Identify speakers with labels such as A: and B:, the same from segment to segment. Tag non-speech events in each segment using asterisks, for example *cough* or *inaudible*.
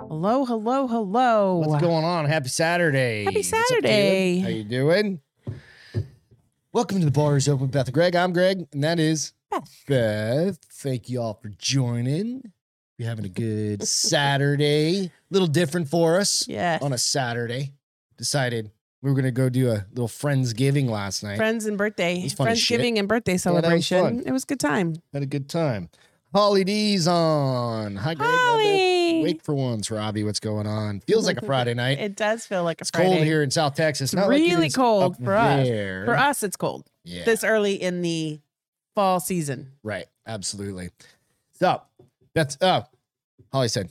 A: Hello, hello, hello.
B: What's going on? Happy Saturday.
A: Happy
B: What's up, dude?
A: Saturday.
B: How you doing? Welcome to the Bar is Open with Beth and Greg. I'm Greg, and that is
A: Beth.
B: Beth. Thank you all for joining. You're having
A: *laughs*
B: a good Saturday. little different for us
A: Yeah.
B: on a Saturday. Decided we were gonna go do a little Friendsgiving last night.
A: Friends and birthday.
B: It's funny
A: Friendsgiving and birthday
B: was
A: celebration.
B: fun.
A: It was a good time.
B: Had a good time. Holly D's on. Hi, Greg. Hi, Beth.
A: Holly.
B: Wake for once, Robbie. What's going on? Feels like a Friday night.
A: It does feel like a
B: It's
A: Friday.
B: cold here in South Texas.
A: It's
B: Not like it
A: really
B: is
A: cold
B: up
A: for us.
B: there.
A: For us, it's cold
B: Yeah.
A: this early in the fall season.
B: Right. Absolutely. So Beth oh Holly said,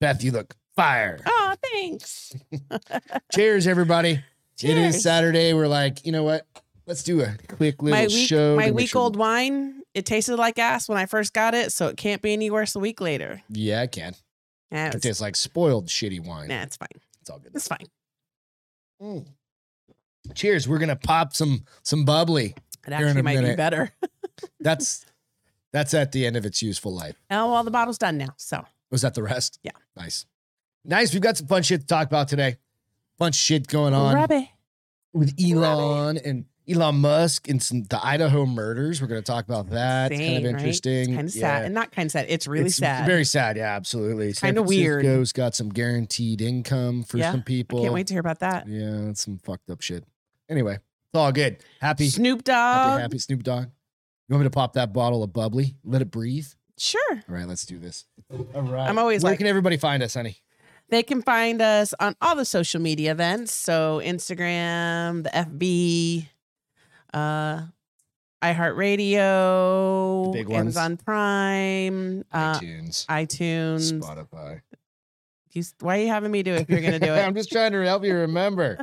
B: Beth, you look fire.
A: Oh, thanks.
B: Cheers, everybody. It is
A: Cheers.
B: Saturday. We're like, you know what? Let's do a quick little
A: My week,
B: show.
A: my
B: to make
A: week
B: sure-
A: old wine. It tasted like ass when I first got it, so it can't be any worse a week later.
B: Yeah, I can.
A: Yeah, it
B: It
A: was-
B: tastes like spoiled shitty wine.
A: nah, it's fine.
B: It's all good.
A: It's fine.
B: Mm. Cheers. We're gonna pop some some bubbly.
A: It
B: in
A: actually
B: a
A: might be
B: minute.
A: better. *laughs*
B: That's that's at the end of its useful life.
A: Oh well, the bottle's done now. So
B: Was that the rest?
A: Yeah.
B: Nice. Nice. We've got some fun shit to talk about today. Fun shit going on
A: Robbie.
B: with Elon and Elon Musk and some the Idaho murders. We're going to talk about that. it's kind
A: Insane,
B: of
A: right?
B: interesting.
A: kind of sad and not kind of sad it's really
B: It's
A: sad
B: Very sad. Yeah, absolutely. San
A: Kinda weird.
B: Francisco's got some guaranteed income for
A: Yeah,
B: some people.
A: can't wait to hear about that
B: Yeah, that's some fucked up shit. Anyway, it's all good. Happy,
A: snoop
B: happy,
A: dogg
B: happy Snoop Dogg. You want me to pop that bottle of bubbly? Let it breathe.
A: sure
B: All right, let's do this. All right.
A: I'm always
B: Where
A: like-
B: can everybody find us, honey?
A: they can find us on all the social media events so instagram the fb uh iheartradio
B: The big ones.
A: amazon prime uh
B: iTunes,
A: iTunes.
B: Spotify.
A: You s- why are you having me do it if you're gonna
B: *laughs*
A: do it?
B: I'm just trying to help you remember.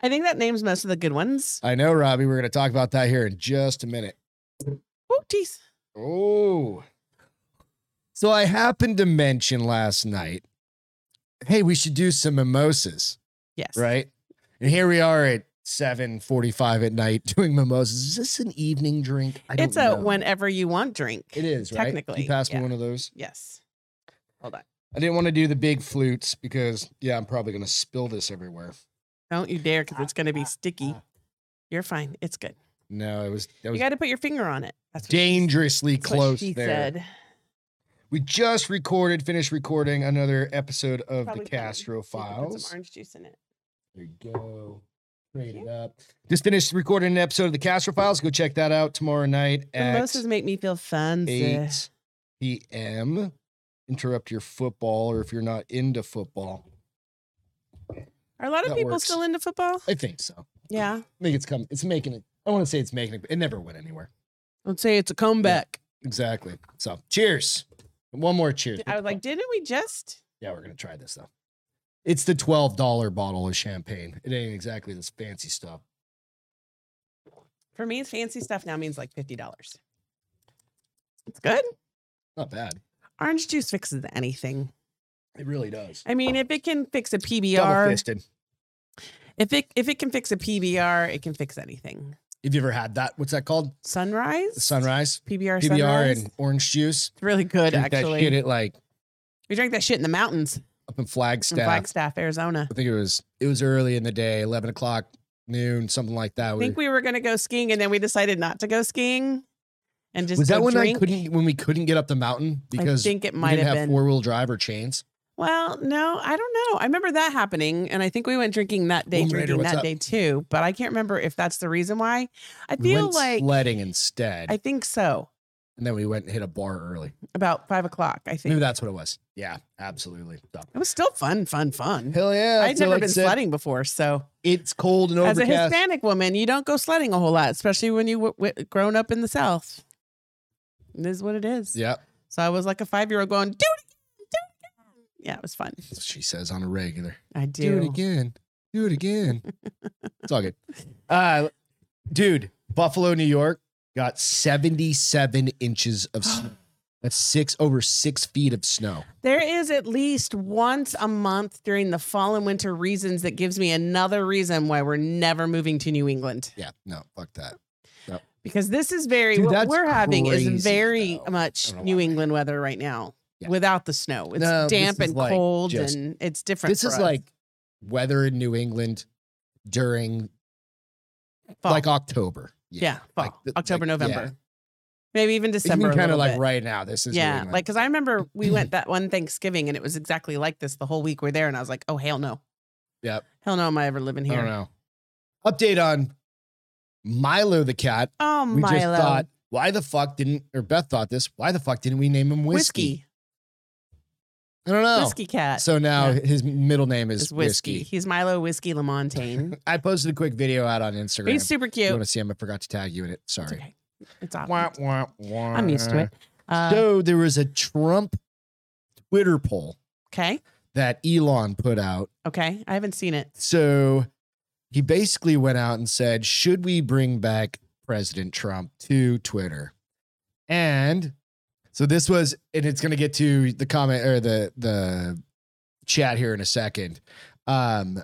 A: I think that names most of the good ones.
B: I know, Robbie. We're going to talk about that here in just a minute.
A: Oh, geez.
B: Oh. So I happened to mention last night, hey, we should do some mimosas,
A: Yes.
B: right? And here we are at 7:45 at night *laughs* doing mimosas. Is this an evening drink? I don't
A: It's a
B: know.
A: whenever you want drink.
B: It is, right?
A: technically,
B: You passed
A: yeah.
B: me one of those.
A: Yes. Hold on.
B: I didn't want to do the big flutes because yeah, I'm probably going to spill this everywhere.
A: Don't you dare, because it's going to be sticky. You're fine. It's good.
B: No, it was that
A: You
B: was
A: got to put your finger on it. That's what she-
B: dangerously
A: that's what
B: close
A: she
B: there.
A: said.
B: We just recorded, finished recording another episode of
A: Probably
B: the
A: fine.
B: Castro
A: You can Put
B: Files.
A: some orange juice in it.
B: There you go. Trade
A: Thank
B: it up. Just finished recording an episode of the Castro Files. Go check that out tomorrow night at
A: Mimosas make me feel fancy.
B: 8 p.m. Interrupt your football, or if you're not into football,
A: Are a lot of
B: That
A: people
B: works.
A: still into football?
B: I think so.
A: Yeah.
B: I think it's coming. It's making it. I want to say it's making it, but it never went anywhere.
A: Let's say it's a comeback.
B: Exactly. So, cheers. One more cheers.
A: I was like, didn't we just?
B: Yeah, we're gonna try this though. It's the twelve dollar bottle of champagne. It ain't exactly this fancy stuff.
A: For me, fancy stuff now means like fifty dollars. It's good.
B: Not bad.
A: Orange juice fixes anything.
B: It really does.
A: I mean, if it can fix a
B: Double
A: PBR,
B: fisted.
A: if it if it can fix a PBR, it can fix anything.
B: Have you ever had that? What's that called?
A: Sunrise,
B: Sunrise.
A: PBR,
B: PBR
A: sunrise.
B: and orange juice.
A: It's really good,
B: Drink That
A: actually.
B: shit at like
A: we drank that shit in the mountains
B: up in Flagstaff.
A: in Flagstaff, Arizona.
B: I think it was it was early in the day, eleven o'clock, noon, something like that.
A: I
B: We
A: think
B: were-
A: we were gonna go skiing, and then we decided not to go skiing, and just
B: was that
A: go
B: when
A: drink.
B: I couldn't when we couldn't get up the mountain because
A: I think it
B: we
A: might
B: didn't
A: have
B: have
A: been.
B: four wheel drive or chains?
A: well, no, I don't know. I remember that happening, and I think we went drinking that day,
B: Boom, Raider,
A: drinking
B: what's
A: that
B: up?
A: day too. But I can't remember if that's the reason why. I
B: We
A: feel
B: went
A: like
B: sledding instead,
A: I think so.
B: and then we went and hit a bar early.
A: About five o'clock, I think
B: Maybe that's what it was. Yeah, absolutely. So-
A: it was still fun, fun, fun.
B: Hell yeah.
A: I'd
B: So
A: never
B: like I
A: been
B: said,
A: sledding before, so
B: It's cold and
A: as a
B: overcast.
A: Hispanic woman, you don't go sledding a whole lot, especially when you w- w- grown up in the South. It is what it is.
B: yeah.
A: So I was like a five year old going, do it again, do it again. Yeah, it was fun.
B: that's what She says on a regular.
A: I do.
B: Do it again. Do
A: *laughs*
B: it again. it's all good. Uh dude, Buffalo, New York got 77
A: *gasps*
B: inches of snow. That's six over six feet of snow.
A: There is at least once a month during the fall and winter reasons that gives me another reason why we're never moving to New England
B: Yeah, no, fuck that.
A: because this is very
B: Dude,
A: what
B: that's
A: we're having
B: crazy,
A: is very
B: though.
A: much
B: I don't know
A: New
B: why.
A: England weather right now.
B: Yeah.
A: without the snow. It's
B: No, this
A: damp
B: is
A: and
B: like
A: cold
B: just-
A: and it's different.
B: This
A: for
B: is
A: us.
B: like weather in New England during
A: Fall.
B: like October.
A: yeah, fall.
B: like the-
A: October,
B: like, yeah.
A: November, maybe even December.
B: Even kind of like
A: right.
B: right now. This is New
A: yeah
B: England.
A: like because i remember we
B: *laughs*
A: went that one thanksgiving and it was exactly like this the whole week we're there and i was like oh hell no
B: Yep.
A: hell no am i ever living
B: I don't
A: here
B: know. Update on Milo the cat.
A: oh
B: We
A: milo
B: just thought, why the fuck didn't, or Beth thought this, why the fuck didn't we name him Whiskey?
A: whiskey
B: I don't know.
A: whiskey cat
B: So now
A: Yeah.
B: his middle name
A: is
B: is
A: whiskey. *laughs*
B: Whiskey.
A: he's milo whiskey lamontagne
B: I posted a quick video out on *laughs* Instagram.
A: he's super
B: you
A: cute
B: want to see him? I forgot to tag you in it.
A: it's
B: Sorry.
A: okay it's awesome
B: Wah, wah, wah.
A: i'm used to it uh,
B: so there was a Trump Twitter poll
A: okay
B: that Elon put out.
A: okay i haven't seen it
B: So he basically went out and said, should we bring back President Trump to Twitter? And so this was, and it's going to get to the comment or the, the chat here in a second. Um,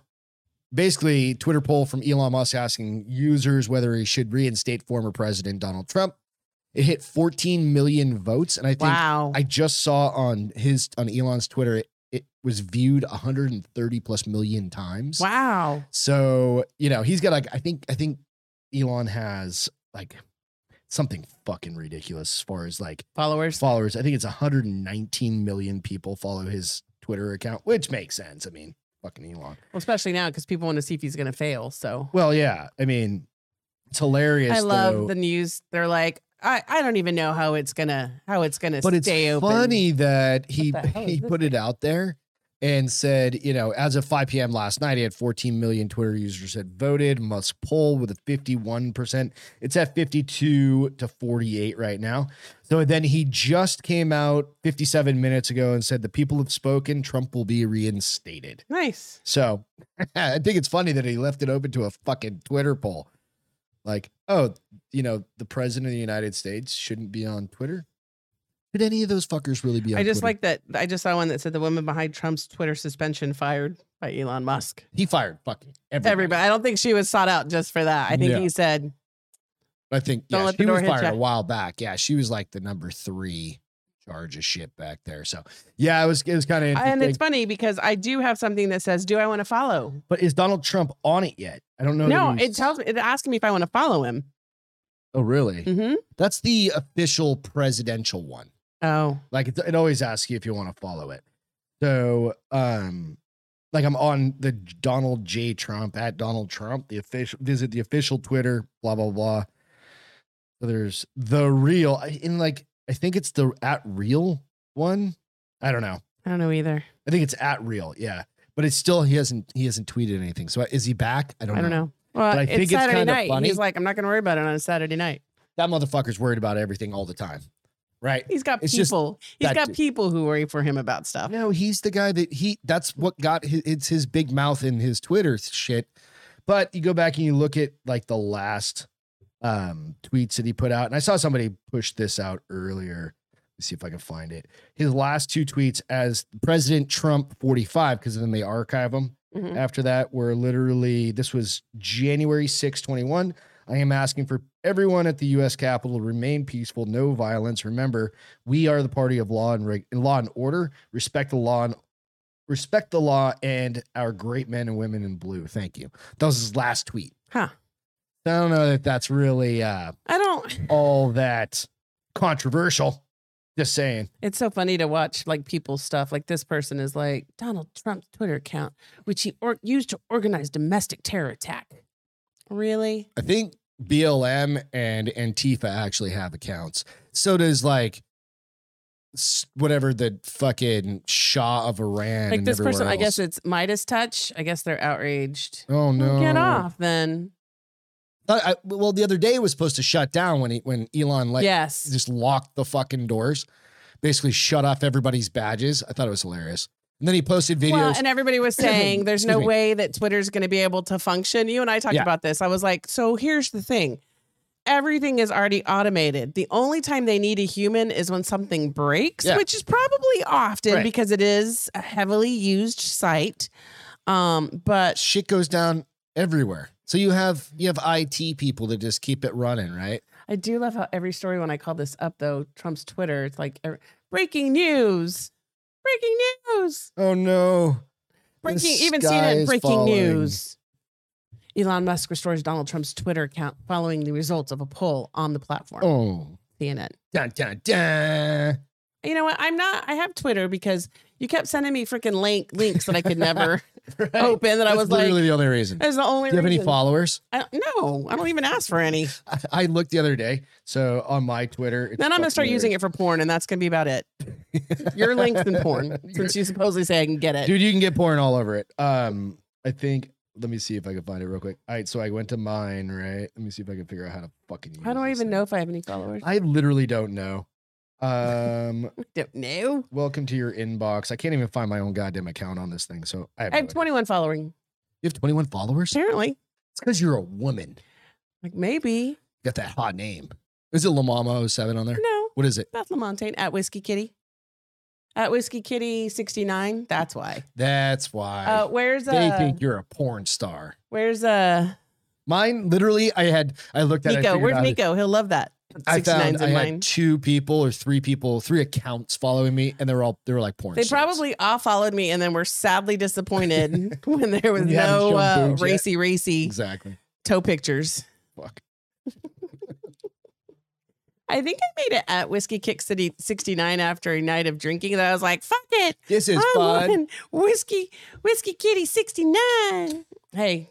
B: basically Twitter poll from Elon Musk asking users whether he should reinstate former president Donald Trump. It hit 14 million votes. And I think
A: wow
B: I just saw on his on Elon's Twitter it, it was viewed 130 plus million times.
A: wow
B: So, you know, he's got like I think I think Elon has like something fucking ridiculous as far as like
A: followers
B: followers. I think it's 119 million people follow his Twitter account, which makes sense. I mean, fucking Elon.
A: well, especially now because people want to see if he's going to fail so
B: Well, yeah. I mean, it's hilarious.
A: i love
B: though.
A: the news they're like I, I don't even know how it's gonna how it's gonna
B: but it's
A: stay open.
B: funny that he
A: the hell is
B: he
A: this
B: put it out there and said, you know, as of 5 p.m. last night, he had 14 million Twitter users had voted. Musk poll with a 51%. It's at 52 to 48 right now. So then he just came out 57 minutes ago and said, the people have spoken. Trump will be reinstated.
A: Nice.
B: So *laughs* I think it's funny that he left it open to a fucking Twitter poll. Like, oh, you know, the president of the United States shouldn't be on Twitter. Should any of those fuckers really be on
A: I just
B: Twitter?
A: like that. I just saw one that said the woman behind Trump's Twitter suspension fired by Elon Musk.
B: he fired fucking everybody.
A: Everybody. I don't think she was sought out just for that. I think
B: Yeah.
A: he said,
B: I think
A: Don't
B: yeah,
A: let the
B: she
A: door
B: was
A: hit
B: fired
A: ya.
B: a while back. Yeah, she was like the number three charge of shit back there. So yeah, it was it was kind of interesting.
A: and it's funny because I do have something that says, "Do I want to follow?"
B: but is Donald Trump on it yet? I don't know. that
A: No,
B: he
A: it
B: was-
A: tells me it asks me if I want to follow him.
B: Oh, really?
A: hmm
B: That's the official presidential one.
A: Oh,
B: Like it, it always asks you if you want to follow it. So, um, like I'm on the Donald J Trump at Donald Trump, the official visit the official Twitter, blah blah blah. So there's the real I- in like I think it's the at real one. I don't know.
A: I don't know either.
B: I think it's at real. Yeah, but it's still he hasn't he hasn't tweeted anything. So is he back? I
A: I
B: don't,
A: don't,
B: know.
A: know. Well,
B: I think
A: it's
B: it's
A: Saturday
B: kinda
A: night.
B: funny.
A: He's like, "I'm not going to worry about it on a Saturday night."
B: That motherfucker's worried about everything all the time, right?
A: He's got
B: It's just
A: people. He's
B: that
A: got
B: dude.
A: people who worry for him about stuff.
B: No, he's the guy that he that's what got his, it's his big mouth in his Twitter shit. But you go back and you look at like the last um tweets that he put out and I saw somebody push this out earlier. Let's see if I can find it. His last two tweets as President Trump 45 because then they archive them
A: Mhm.
B: after that were literally this was January 6, 21. I am asking for everyone at the U.S. Capitol to remain peaceful, no violence. Remember, we are the party of law and reg- law and order. Respect the law and respect the law and our great men and women in blue. Thank you. That was his last tweet.
A: Huh.
B: I don't know that that's really uh,
A: I don't.
B: all that controversial. Just saying.
A: It's so funny to watch like people's stuff. Like this person is like Donald Trump's Twitter account, which he or- used to organize domestic terror attack. Really?
B: I think BLM and Antifa actually have accounts. So does like s- whatever the fucking Shah of Iran.
A: like
B: and
A: this
B: everywhere
A: person, I guess
B: else.
A: it's Midas touch. I guess they're outraged.
B: Oh no!
A: Well, Get off then.
B: Thought I- well, the other day was supposed to shut down when he, when Elon like
A: yes.
B: just locked the fucking doors, basically shut off everybody's badges. I thought it was hilarious. And then he posted videos.
A: Well, and everybody was saying there's no
B: Excuse me.
A: way that Twitter's going to be able to function. You and I talked
B: Yeah.
A: about this. I was like, so here's the thing. Everything is already automated. The only time they need a human is when something breaks,
B: Yeah.
A: which is probably often
B: Right.
A: because it is a heavily used site. Um, but
B: shit goes down everywhere. So you have you have IT people that just keep it running, right?
A: I do love how every story when I call this up though, Trump's Twitter, it's like er, breaking news. Breaking news.
B: Oh no.
A: Breaking
B: The
A: even
B: sky
A: CNN
B: is
A: breaking
B: falling.
A: news. Elon Musk restores Donald Trump's Twitter account following the results of a poll on the platform.
B: Oh.
A: CNN.
B: Dun, dun, dun.
A: You know what? I'm not I have Twitter because you kept sending me freaking link links that I could
B: *laughs*
A: never
B: *laughs* Right.
A: open that Oh, I
B: That's
A: was like
B: literally the only reason.
A: *laughs*
B: Do
A: that's the only
B: you have any
A: reason."
B: followers? *laughs*
A: I, no, I don't even ask for any.
B: I, I looked the other day. So on my Twitter, it's
A: Then I'm gonna start using
B: fucking
A: it for porn, and that's gonna be about it.
B: hilarious.
A: Your links
B: *laughs*
A: in porn, since you supposedly say I can get it.
B: dude you can get porn all over it um i think let me see if i can find it real quick all right so i went to mine right let me see if i can figure out how to fucking use
A: How do I
B: this
A: even
B: thing.
A: know if I have any followers?
B: i literally don't know um *laughs*
A: don't know.
B: welcome to your inbox i can't even find my own goddamn account on this thing so i have,
A: I
B: no
A: have
B: idea.
A: 21 following.
B: you have 21 followers it's
A: Apparently,
B: because you're a woman
A: like maybe
B: you got that hot name is it lamama 07 on there
A: no.
B: what is it
A: Beth Lamontagne at Whiskey Kitty, at Whiskey Kitty 69. That's why.
B: that's why
A: Uh, where's
B: they
A: uh,
B: think you're a porn star
A: where's uh,
B: mine literally i had i looked at it I
A: Nico?
B: figured
A: Where's
B: out-
A: Nico? He'll love that.
B: I
A: 69's
B: found I
A: in
B: had
A: mine.
B: two people or three people, three accounts following me, and they were all they were like porn.
A: They
B: stars.
A: probably all followed me and then were sadly disappointed
B: *laughs*
A: *laughs* when there was
B: You haven't
A: no
B: shown
A: uh,
B: boobs yet.
A: racy, racy
B: exactly.
A: toe pictures.
B: Fuck.
A: I think I made it at Whiskey Kick City 69 after a night of drinking that I was like, fuck it.
B: This is
A: I'm
B: fun.
A: on Whiskey, Whiskey Kitty 69. Hey,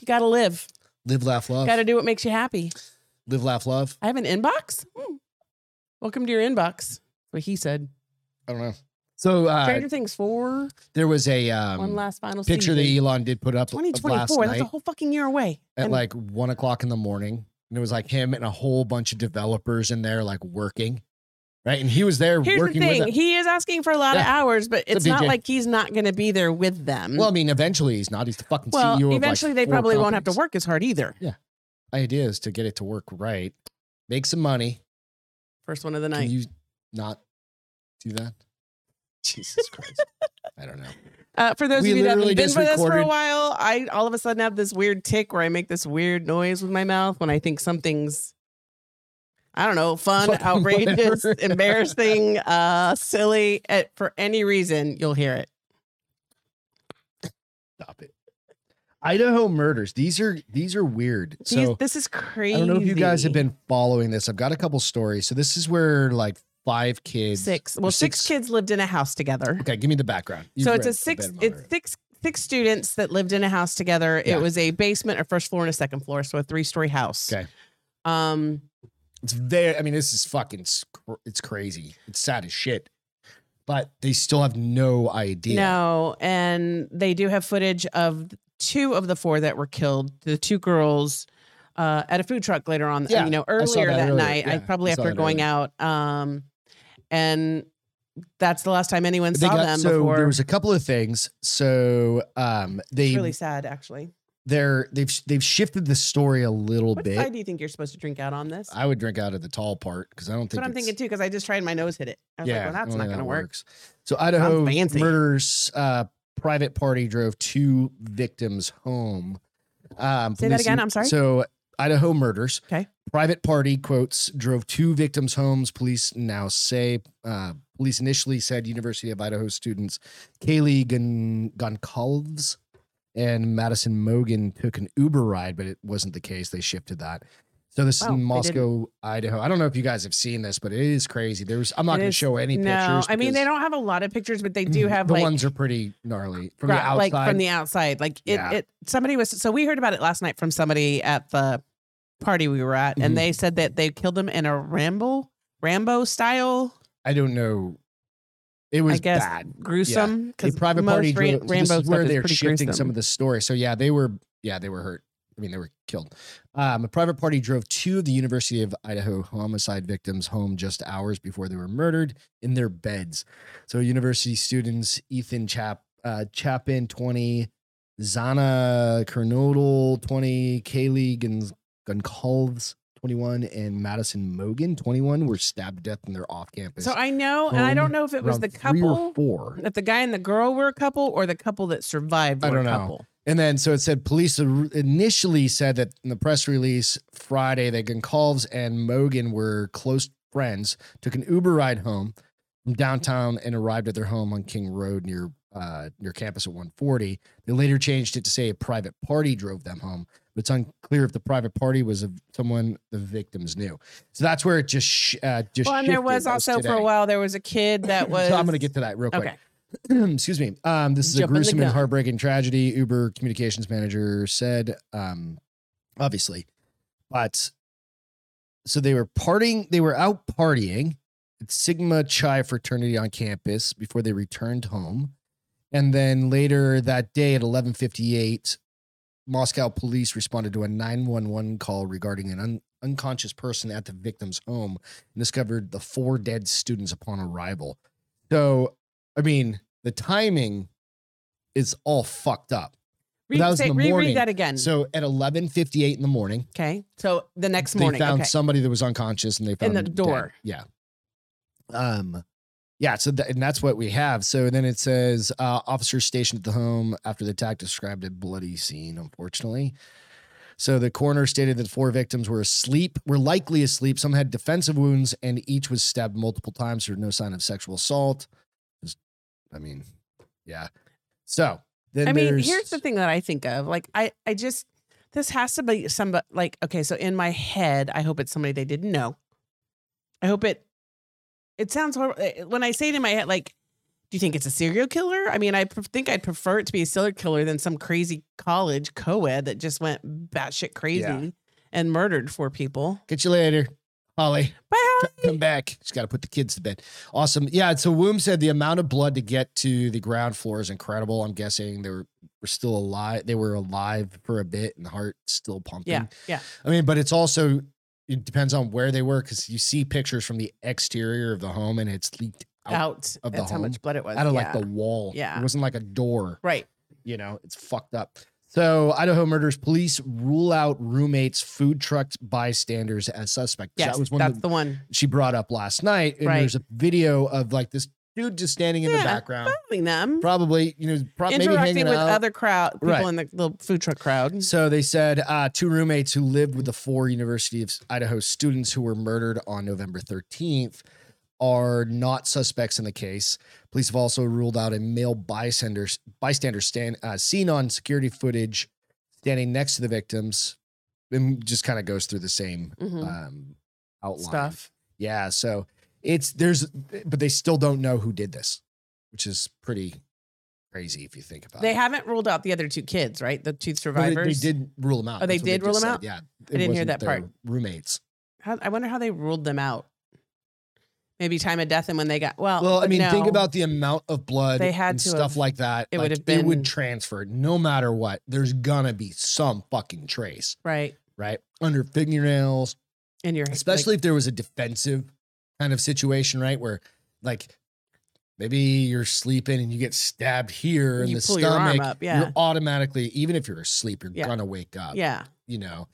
A: you gotta live.
B: Live, laugh, love.
A: Gotta do what makes you happy.
B: Live, laugh, love.
A: I have an inbox. Hmm. Welcome to your inbox. What he said.
B: I don't know. So uh,
A: Stranger Things 4,
B: there was a
A: one
B: um,
A: last final
B: picture that
A: season.
B: Elon did put up of last
A: 2024. That's
B: night
A: a whole fucking year away.
B: at
A: And-
B: like one o'clock in the morning, and it was like him and a whole bunch of developers in there like working, right? And he was there
A: Here's
B: working
A: the thing.
B: with. Them.
A: He is asking for a lot of hours, but
B: It's
A: it's
B: a
A: not
B: DJ.
A: like he's not going to be there with them.
B: Well, I mean, eventually he's not. He's the fucking
A: Well,
B: CEO.
A: eventually
B: of like
A: they
B: four
A: probably won't have to
B: companies.
A: work as hard either.
B: Idea is to get it to work right, make some money,
A: First one of the
B: Can
A: night.
B: you not do that? *laughs* Jesus Christ. I don't know.
A: uh, for those
B: we
A: of you that
B: literally
A: haven't been
B: just
A: with us for a
B: recorded-
A: while, I all of a sudden have this weird tick where I make this weird noise with my mouth when I think something's, I don't know, fun,
B: *laughs* Fucking
A: outrageous,
B: whatever.
A: embarrassing, uh, silly. Uh, for any reason, you'll hear it.
B: Stop it. Idaho murders. These are these are weird.
A: Jeez,
B: So
A: this is
B: I
A: crazy.
B: don't know if you guys have been following this. I've got a couple stories. So this is where like five kids.
A: six. Well, six
B: six-
A: kids lived in a house together.
B: Okay, give me the background.
A: so
B: You've
A: it's
B: read
A: a
B: a
A: six.
B: bit about
A: It's
B: it.
A: six six students that lived in a house together.
B: Yeah.
A: It was a basement, a first floor, and a second floor, so a three story house.
B: Okay.
A: Um.
B: It's there. I mean, this is fucking. s- cr- It's crazy. It's sad as shit. But they still have no idea.
A: No, and they do have footage of two of the four that were killed. The two girls. Uh, at a food truck later on,
B: Yeah,
A: you know,
B: saw
A: earlier
B: that
A: that,
B: earlier.
A: night, I
B: Yeah,
A: probably
B: I saw
A: after
B: that
A: going out, um, and that's the last time anyone
B: They
A: saw
B: got,
A: them
B: so
A: before.
B: there was a couple of things. So um, they
A: it's really sad, actually.
B: they're they've they've shifted the story a little
A: What
B: bit.
A: side do you think you're supposed to drink out on this?
B: I would drink out of the tall part because I don't
A: That's
B: think
A: what I'm
B: it's-
A: thinking too, because I just tried and my nose hit it. I was like, well,
B: I
A: that's
B: don't
A: not
B: think
A: going
B: that
A: to work.
B: works. So Idaho
A: fancy.
B: murders uh, private party drove two victims home. Um,
A: Say that
B: police-
A: again, I'm sorry?
B: So Idaho murders.
A: Okay.
B: Private party quotes drove two victims homes. Police now say uh, police initially said University of Idaho students Kaylee Gon- Goncalves and Madison Mogan took an Uber ride, but it wasn't the case. They shifted that. So this
A: Wow,
B: is in
A: they didn't.
B: Moscow, Idaho. I don't know if you guys have seen this, but it is crazy. There's I'm not
A: It
B: going to
A: is-
B: show any
A: No,
B: pictures.
A: I mean they
B: because
A: don't have a lot of pictures, but they
B: *clears throat*
A: do have
B: the
A: like
B: ones are pretty gnarly from the
A: gra-
B: outside.
A: like from the outside. Like it,
B: Yeah.
A: it. Somebody was so we heard about it last night from somebody at the party we were at,
B: Mhm.
A: and they said that they killed him in a ramble, Rambo style,
B: I don't know. It was
A: I guess,
B: bad.
A: gruesome.
B: The
A: Because
B: private party
A: Ra-
B: drove, so this
A: Rambo
B: is where
A: stuff is
B: they're
A: pretty
B: shifting
A: gruesome.
B: some of the story. So yeah, they were yeah they were hurt. I mean they were killed. Um, a private party drove two of the University of Idaho homicide victims home just hours before they were murdered in their beds. So university students Ethan Chap uh, Chapin twenty, Zana Kernodal twenty, Kaylee Gon- Goncalves 21, and Madison Mogan, 21, were stabbed to death in their off campus.
A: So I know, and I don't know if it was the
B: Three or
A: couple,
B: four.
A: if the guy and the girl were a couple, or the couple that survived
B: I
A: were
B: don't
A: a
B: know.
A: couple.
B: And then, so it said police ar- initially said that in the press release Friday that Goncalves and Mogan were close friends, took an Uber ride home from downtown and arrived at their home on King Road near uh, near campus at 140. They later changed it to say a private party drove them home, but it's unclear if the private party was of someone the victims knew. So that's where it just sh- uh, just.
A: Well, and there
B: shifted.
A: was
B: That
A: also for
B: today.
A: a while there was a kid that was.
B: *laughs* So I'm going to get to that real quick.
A: okay.
B: *clears throat* excuse me. Um, this is
A: Jumping
B: a
A: the
B: gruesome and
A: gun.
B: heartbreaking tragedy. Uber communications manager said, um, obviously, but so they were partying. They were out partying at Sigma Chi fraternity on campus before they returned home, and then later that day at 11:58, Moscow police responded to a 911 call regarding an un- unconscious person at the victim's home and discovered the four dead students upon arrival. So, I mean, the timing is all fucked up.
A: Re-
B: that was
A: say-
B: in the
A: reread
B: morning.
A: that again.
B: So at 11:58 in the morning,
A: okay. So the next
B: they
A: morning.
B: found
A: okay.
B: somebody that was unconscious and they found
A: the
B: them dead.
A: door.
B: Yeah. Um yeah, so tha- and that's what we have. So then it says uh, officers stationed at the home after the attack described a bloody scene, unfortunately. So the coroner stated that four victims were asleep, were likely asleep. Some had defensive wounds, and each was stabbed multiple times. There's no sign of sexual assault. Just, I mean, yeah. So then
A: I mean,
B: there's-
A: here's the thing that I think of. Like, I, I just, this has to be somebody, like, okay, so in my head, I hope it's somebody they didn't know. I hope it, it sounds horrible. eh, When I say it in my head, like, do you think it's a serial killer? I mean, I pref- think I'd prefer it to be a serial killer than some crazy college co ed that just went batshit crazy
B: Yeah.
A: and murdered four people.
B: Catch you later, Holly.
A: Bye.
B: Come back. Just got to put the kids to bed. Awesome. Yeah. So Woom said the amount of blood to get to the ground floor is incredible. I'm guessing they were, were still alive. They were alive for a bit and the heart still pumping.
A: Yeah. Yeah.
B: I mean, but it's also, it depends on where they were because you see pictures from the exterior of the home and it's leaked Out
A: Out.
B: of the
A: That's how
B: home?
A: much blood it was.
B: out of like
A: Yeah.
B: the wall.
A: Yeah.
B: It wasn't like a door
A: Right.
B: you know, it's fucked up. So, Idaho murders police rule out roommates, food trucks, bystanders as suspects.
A: Yes.
B: that was one
A: that's
B: of the,
A: the one.
B: she brought up last night. And
A: Right.
B: there's a video of like this dude just standing in the
A: Yeah.
B: background,
A: Following them.
B: probably, you know, pro- maybe
A: interacting
B: hanging
A: with
B: out.
A: other crowd people
B: Right.
A: in the little food truck crowd.
B: so they said uh, two roommates who lived with the four University of Idaho students who were murdered on November 13th are not suspects in the case. Police have also ruled out a male bystander bystander stand uh, seen on security footage standing next to the victims, and just kind of goes through the same
A: Mhm.
B: um, outline.
A: Stuff.
B: Yeah, so it's there's, but they still don't know who did this, which is pretty crazy if you think about
A: They
B: it.
A: haven't ruled out the other two kids, right? The two
B: Well, they-
A: survivors.
B: They, did rule them out.
A: Oh, they
B: That's what
A: did rule
B: just
A: them
B: said.
A: out?
B: Yeah, it
A: I didn't hear
B: wasn't
A: that
B: their
A: part.
B: Roommates.
A: How, I wonder how they ruled them out. Maybe time of death and when they got well.
B: Well, I
A: but
B: mean, think
A: Oh, no.
B: about the amount of blood
A: They had
B: and
A: to
B: stuff
A: have-
B: like that.
A: it would
B: like,
A: have
B: it would
A: been-
B: transfer no matter what. There's gonna be some fucking trace,
A: right
B: right? Under fingernails,
A: in your like,
B: especially if there was a defensive kind of situation, right? Where like maybe you're sleeping and you get stabbed here in
A: You
B: the
A: pull your arm
B: stomach.
A: up, yeah.
B: You're automatically, even if you're asleep, you're
A: Yeah.
B: gonna wake up.
A: yeah,
B: you know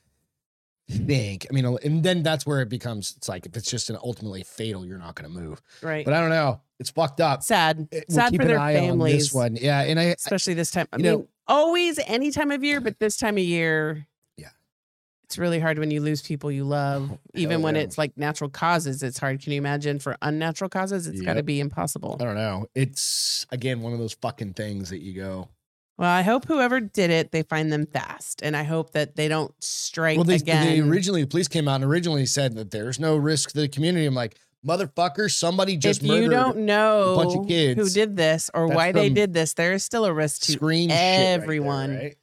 B: think i mean and then that's where it becomes it's like if it's just an ultimately fatal you're not going to move
A: right.
B: but i don't know it's fucked up
A: sad,
B: It- we'll
A: sad
B: keep
A: for
B: an
A: their
B: eye on
A: families,
B: this one yeah and i
A: especially this time. I
B: you
A: mean,
B: know-
A: always any time of year, but this time of year,
B: Yeah. Oh,
A: it's really hard when you lose people you love. Even
B: hell
A: when
B: yeah.
A: it's like natural causes, it's hard. Can you imagine for unnatural causes? It's got to
B: Yep. Uh
A: be impossible.
B: i don't know it's again one of those fucking things that you go
A: Well, I hope whoever did it, they find them fast, and I hope that they don't strike
B: well they,
A: again.
B: they originally the police came out and originally said that there's no risk to the community i'm like motherfucker somebody just
A: if
B: murdered
A: you don't know
B: bunch of
A: who
B: kids,
A: did this or
B: that's
A: why they
B: some
A: did this, there is still a risk to.
B: screen shit right there,
A: everyone.
B: right?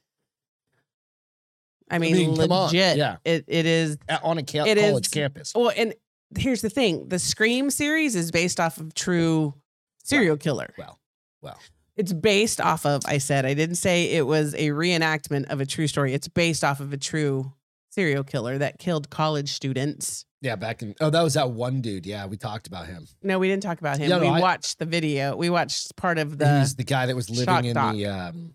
A: I mean,
B: mean, come on,
A: legit.
B: yeah.
A: It it is.
B: A- on a ca-
A: It
B: college
A: is- Oh.
B: campus
A: Well, and here's the thing: the Scream series is based off of true serial killer.
B: well well
A: It's based off of. I said I didn't say it was a reenactment of a true story. It's based off of a true serial killer that killed college students.
B: yeah back in oh that was that one dude yeah we talked about him
A: No, we didn't talk about him.
B: Yeah, no,
A: we
B: I-
A: watched the video. We watched part of
B: He's
A: the
B: the guy that was
A: shock
B: living in
A: doc.
B: the um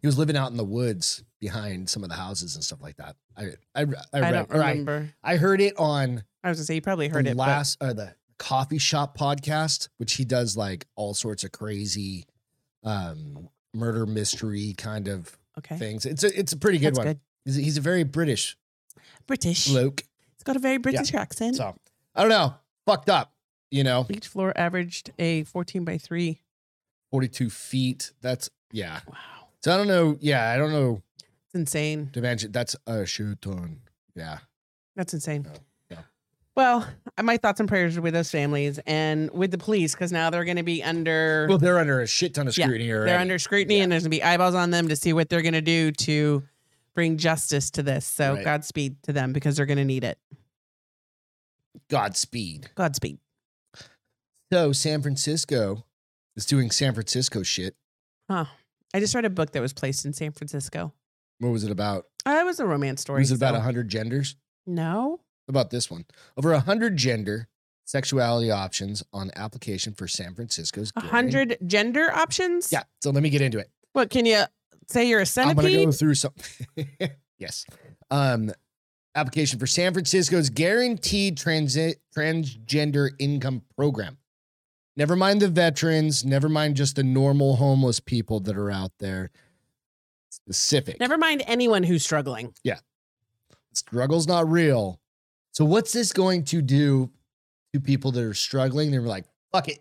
B: He was living out in the woods behind some of the houses and stuff like that. I I I,
A: I
B: read,
A: don't
B: or I-
A: remember.
B: I heard it on
A: I was gonna say you probably heard
B: the
A: it. but-
B: last or the coffee shop podcast, which he does like all sorts of crazy um murder mystery kind of
A: okay,
B: things. It's a it's a pretty good
A: that's
B: one.
A: good.
B: He's, a, he's a very British
A: British.
B: bloke.
A: It's got a very British accent.
B: So I don't know. Fucked up, you know.
A: Each floor averaged a 14 by 3.
B: 42 feet. That's yeah.
A: Wow.
B: So I don't know. Yeah, I don't know.
A: It's insane.
B: Dimension. That's a shit ton. Yeah.
A: That's insane.
B: No, no.
A: Well, uh, my thoughts and prayers are with those families and with the police because now they're going to be under
B: Well, they're under a shit ton of
A: Yeah,
B: scrutiny.
A: they're
B: already.
A: under scrutiny
B: Yeah.
A: and there's going to be eyeballs on them to see what they're going to do to bring justice to this. So
B: Right.
A: Godspeed to them because they're going to need it.
B: Godspeed.
A: Godspeed.
B: So San Francisco is doing San Francisco shit.
A: I just read a book that was placed in San Francisco.
B: What was it about?
A: Uh, it was a romance story.
B: was it about
A: so-
B: a hundred genders?
A: No.
B: How about this one? Over a hundred gender sexuality options on application for San Francisco's
A: A
B: gay-
A: hundred gender options?
B: Yeah. So let me get into it.
A: What can you say you're a
B: I'm gonna
A: centipede?
B: go through some. *laughs* yes. Um, application for San Francisco's guaranteed transit transgender income program. Never mind the veterans. Never mind just the normal homeless people that are out there. Specific.
A: Never mind anyone who's struggling.
B: Struggle's not real. So what's this going to do to people that are struggling? They're like, fuck it.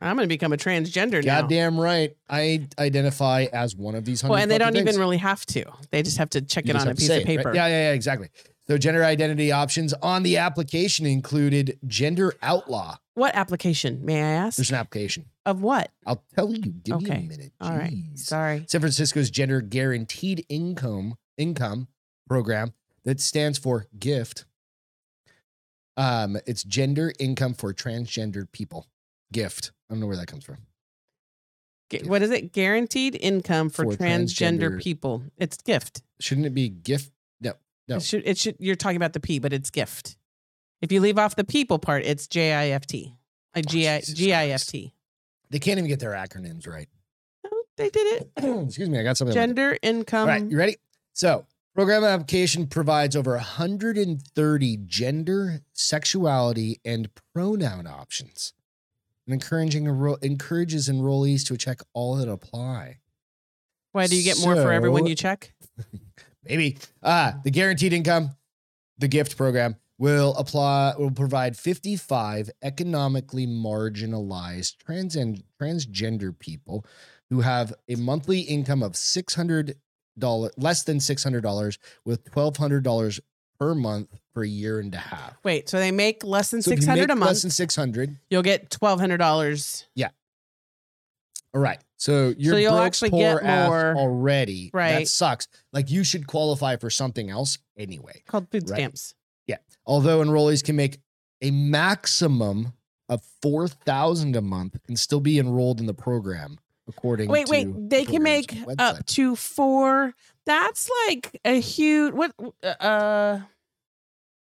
A: I'm going to become a transgender now.
B: Goddamn right. I identify as one of these.
A: Well, and they don't
B: even.
A: even really have to. They just have to check
B: You
A: it
B: just
A: on a
B: have to
A: piece
B: say
A: of
B: it, right?
A: paper.
B: Yeah, yeah, yeah, exactly. So gender identity options on the application included gender outlaw.
A: What application, may I ask?
B: There's an application.
A: of what?
B: I'll tell you. Give me
A: Okay.
B: a minute.
A: All right.
B: Jeez.
A: Sorry.
B: San Francisco's gender guaranteed income income program that stands for GIFT. Um, it's gender income for transgendered people. GIFT. I don't know where that comes from.
A: Gu- What is it? Guaranteed income for,
B: For
A: transgender,
B: transgender-
A: people. It's gift.
B: Shouldn't it be GIFT? No, No.
A: It should, it should. You're talking about the P, but it's gift. If you leave off the people part, it's J I F T. A G I
B: Oh, Jesus
A: G I F T.
B: they can't even get their acronyms right.
A: Oh, They did it.
B: *clears throat* Excuse me, I got something. on my
A: Gender income.
B: All right, you ready? So, program application provides over 130 gender, sexuality, and pronoun options, and encouraging enro- encourages enrollees to check all that apply.
A: Why do you get more for everyone
B: So-
A: you check?
B: Maybe ah, the guaranteed income, the gift program will apply will provide 55 economically marginalized trans and transgender people who have a monthly income of $600 less than $600 with $1200 per month for a year and a half
A: Wait, so they make less than
B: So if you
A: six hundred a
B: make
A: month.
B: less than 600
A: you'll get twelve hundred dollars.
B: all right so you're
A: you'll
B: broke,
A: actually
B: poor
A: get
B: ass
A: more.
B: already that
A: Right.
B: sucks like you should qualify for something else anyway
A: called food
B: Right.
A: stamps.
B: although enrollees can make a maximum of 4000 a month and still be enrolled in the program according
A: Wait,
B: to
A: wait,
B: the
A: they can make uh,
B: program's
A: up
B: website.
A: to four. That's like a huge. What? Uh,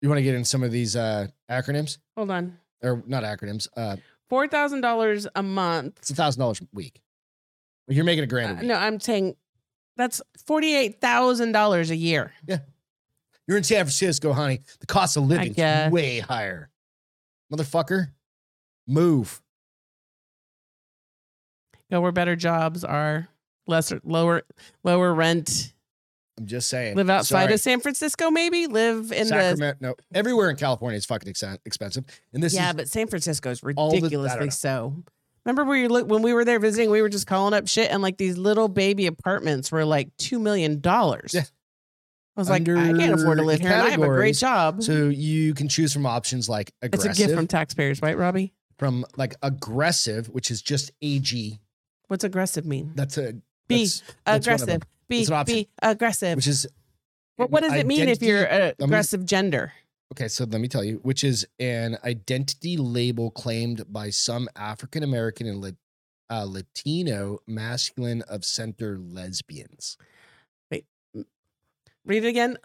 B: you want to get in some of these uh acronyms
A: hold on.
B: or not acronyms uh
A: Four thousand dollars a month.
B: it's a thousand dollars a week Well, you're making a
A: Uh,
B: grand a week.
A: no, I'm saying that's forty-eight thousand dollars a year.
B: you're in san francisco honey the cost of living is
A: guess.
B: way higher motherfucker move
A: Go where better jobs are, lesser, lower, lower rent.
B: i'm just saying
A: Live outside
B: Sorry.
A: of San Francisco, maybe. Live in
B: sacramento no everywhere in california is fucking exen- expensive and
A: the
B: this
A: yeah,
B: is
A: but San Francisco is
B: all the- I don't know.
A: ridiculously so. Remember we look when we were there visiting, we were just calling up shit, and like these little baby apartments were like two million dollars.
B: Yeah.
A: I was like, I can't afford to
B: Under
A: live here. And I have a great
B: categories.
A: job.
B: so you can choose from options like
A: Mm-hmm. it's
B: aggressive
A: a gift from taxpayers, right, Robbie?
B: from like aggressive, which is just ag.
A: What's aggressive mean?
B: That's a
A: Be
B: that's- that's one of them,
A: aggressive. Be
B: It's an option.
A: be aggressive.
B: which is
A: But what does it mean if
B: identity-
A: you're a aggressive gender?
B: okay? So let me tell you, which is an identity label claimed by some African American and Lat- uh, Latino masculine of center lesbians.
A: Read it again.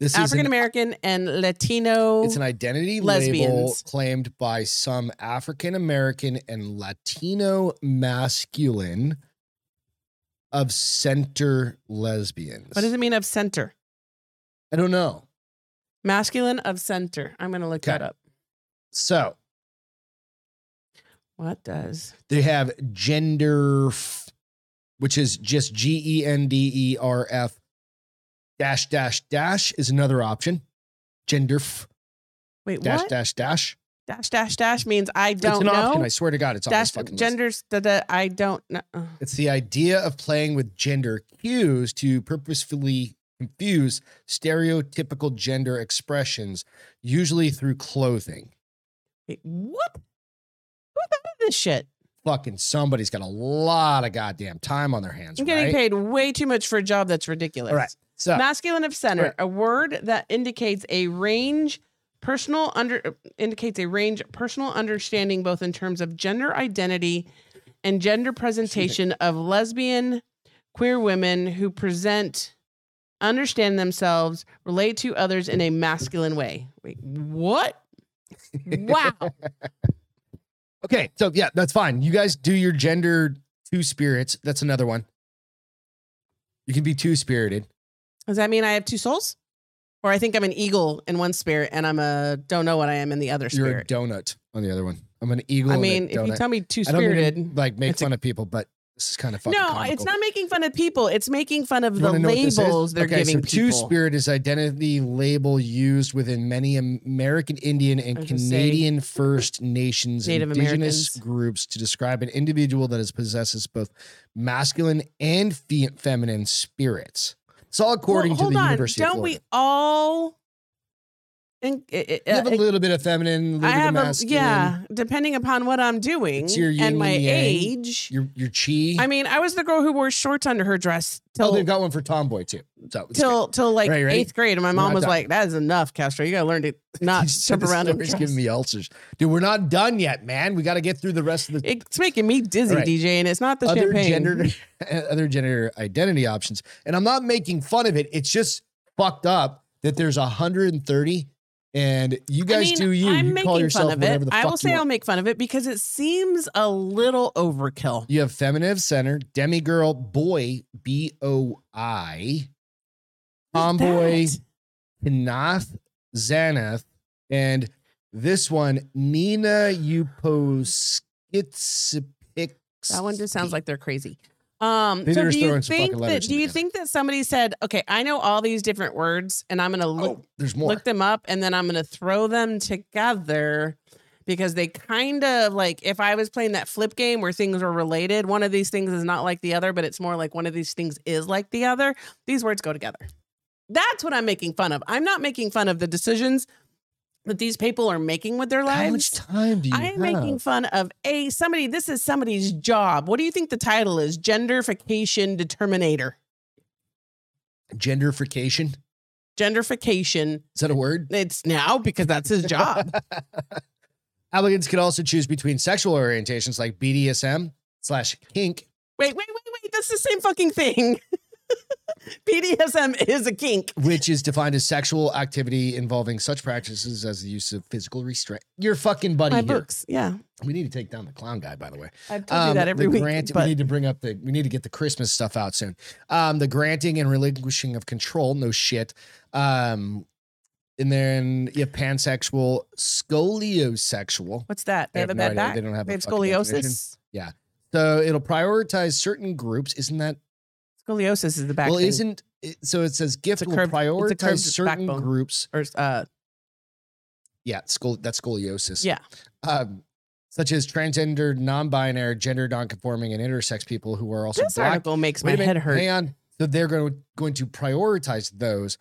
B: This is
A: African
B: an,
A: American and Latino.
B: it's an identity label
A: lesbians.
B: claimed by some African American and Latino masculine of center lesbians.
A: What does it mean of center?
B: I don't know.
A: Masculine of center. I'm going to look that
B: Okay.
A: up.
B: So
A: What does?
B: they have gender, f- which is just G E N D E R F dash dash dash is another option. Gender f-
A: Wait,
B: dash
A: what?
B: dash dash.
A: Dash dash dash means I
B: it's
A: don't
B: an option.
A: know.
B: I swear to God, it's on
A: Dash
B: this fucking list.
A: genders. Da, da, I don't uh, know. Ugh.
B: It's the idea of playing with gender cues to purposefully confuse stereotypical gender expressions, usually through clothing.
A: Wait, what? Who thought of this shit?
B: Fucking somebody's got a lot of goddamn time on their hands,
A: I'm getting
B: right?
A: paid way too much for a job that's ridiculous.
B: All right. So
A: Masculine of center,
B: Right.
A: a word that indicates a range, personal under uh, indicates a range, personal understanding, both in terms of gender identity and gender presentation of lesbian, queer women who present, understand themselves, relate to others in a masculine way. Wait, what? Wow.
B: *laughs* okay, so yeah, that's fine. You guys do your gender two spirits. That's another one. You can be two spirited.
A: Does that mean I have two souls? Or I think I'm an eagle in one spirit and I'm a don't know what I am in the other
B: You're a
A: spirit.
B: donut on the other one. I'm an eagle.
A: I
B: and a
A: mean, if you
B: donut.
A: tell me two
B: I don't mean to,
A: spirited.
B: like make
A: it's a-
B: fun of people, but this is kind of
A: No,
B: fucking
A: it's
B: comical.
A: not making fun of people. It's making fun of
B: You
A: the
B: wanna know what this is?
A: labels they're
B: okay,
A: giving
B: so Two
A: people.
B: Spirit is identity label used within many American Indian
A: I
B: and
A: was gonna say,
B: Canadian First Nations
A: Native
B: indigenous
A: Americans.
B: groups to describe an individual that is possesses both masculine and fe- feminine spirits. It's all according
A: Well,
B: to
A: hold
B: the
A: on,
B: University
A: don't
B: of Florida.
A: we all? In, i- i-
B: you have a
A: uh,
B: little bit of feminine, a little
A: I
B: bit of
A: have a
B: masculine.
A: yeah. Depending upon what I'm doing
B: It's your yin
A: and
B: and
A: my
B: yang.
A: age.
B: Your your chi.
A: I mean, I was the girl who wore shorts under her dress
B: oh,
A: till
B: they've got one for tomboy too. So it's *laughs*
A: till till like
B: Right, right?
A: eighth grade, and my mom
B: not
A: was
B: done.
A: like, "That is enough, Castro. You gotta learn
B: *laughs*
A: to not
B: This
A: jump uh, around and
B: story's
A: dress."
B: giving me ulcers, dude. We're not done yet, man. We got to get through the rest of the
A: It's making me dizzy,
B: All right.
A: DJ, and it's not the
B: other
A: champagne.
B: gender *laughs* other gender identity options. And I'm not making fun of it. It's just fucked up that there's 130 and you guys
A: I mean,
B: do you.
A: I'm
B: you
A: making
B: call yourself
A: fun of
B: whatever
A: it.
B: the
A: I
B: fuck
A: will say
B: you
A: I'll
B: want.
A: make fun of it because it seems a little overkill.
B: You have feminative center, demigirl, boy, B O I, tomboy,
A: That-
B: Knath, Xanath, and this one, Nina Uposkitsipik.
A: That one just sounds like they're crazy. Um,
B: They
A: so
B: just
A: do you
B: throwing some fucking
A: think that
B: letters
A: do you
B: together.
A: think that somebody said, okay, I know all these different words, and I'm gonna look
B: Oh, there's more.
A: look them up, and then I'm gonna throw them together because they kind of like if I was playing that flip game where things are related, one of these things is not like the other, but it's more like one of these things is like the other. These words go together. That's what I'm making fun of. I'm not making fun of the decisions that these people are making with their lives.
B: How much time do you
A: I
B: have?
A: am making fun of a somebody. This is somebody's job. What do you think the title is? Genderfication determinator.
B: Genderification.
A: Genderfication.
B: Is that a word?
A: It's now because that's his job.
B: Applicants could also choose between sexual orientations like BDSM slash kink.
A: wait, wait, wait, wait. That's the same fucking thing. *laughs* BDSM is a kink.
B: Which is defined as sexual activity involving such practices as the use of physical restraint. Your fucking buddy
A: My
B: here.
A: books. Yeah,
B: We need to take down the clown guy, by the way. Um,
A: I've told you that
B: the
A: every week.
B: grant- we
A: but
B: need to bring up the. We need to get the Christmas stuff out soon. Um, the granting and relinquishing of control. No shit. Um, and then you have pansexual, scoliosexual.
A: what's that? They
B: I
A: have,
B: have
A: a
B: no
A: bad
B: idea.
A: back.
B: They don't have a
A: have
B: fucking definition.
A: scoliosis.
B: So it'll prioritize certain groups. Isn't that
A: Scoliosis is the back.
B: well?
A: thing.
B: Isn't it, so? It says gift
A: a
B: will
A: curved- it's a
B: prioritize
A: curved
B: certain
A: backbone.
B: groups.
A: or uh,
B: Yeah, scol- that's scoliosis.
A: Yeah.
B: Um, such as transgender, non-binary, gender non-conforming, and intersex people who are also
A: this
B: black.
A: article makes my
B: Wait a
A: head
B: minute,
A: hurt.
B: Hang on. So they're going going to prioritize those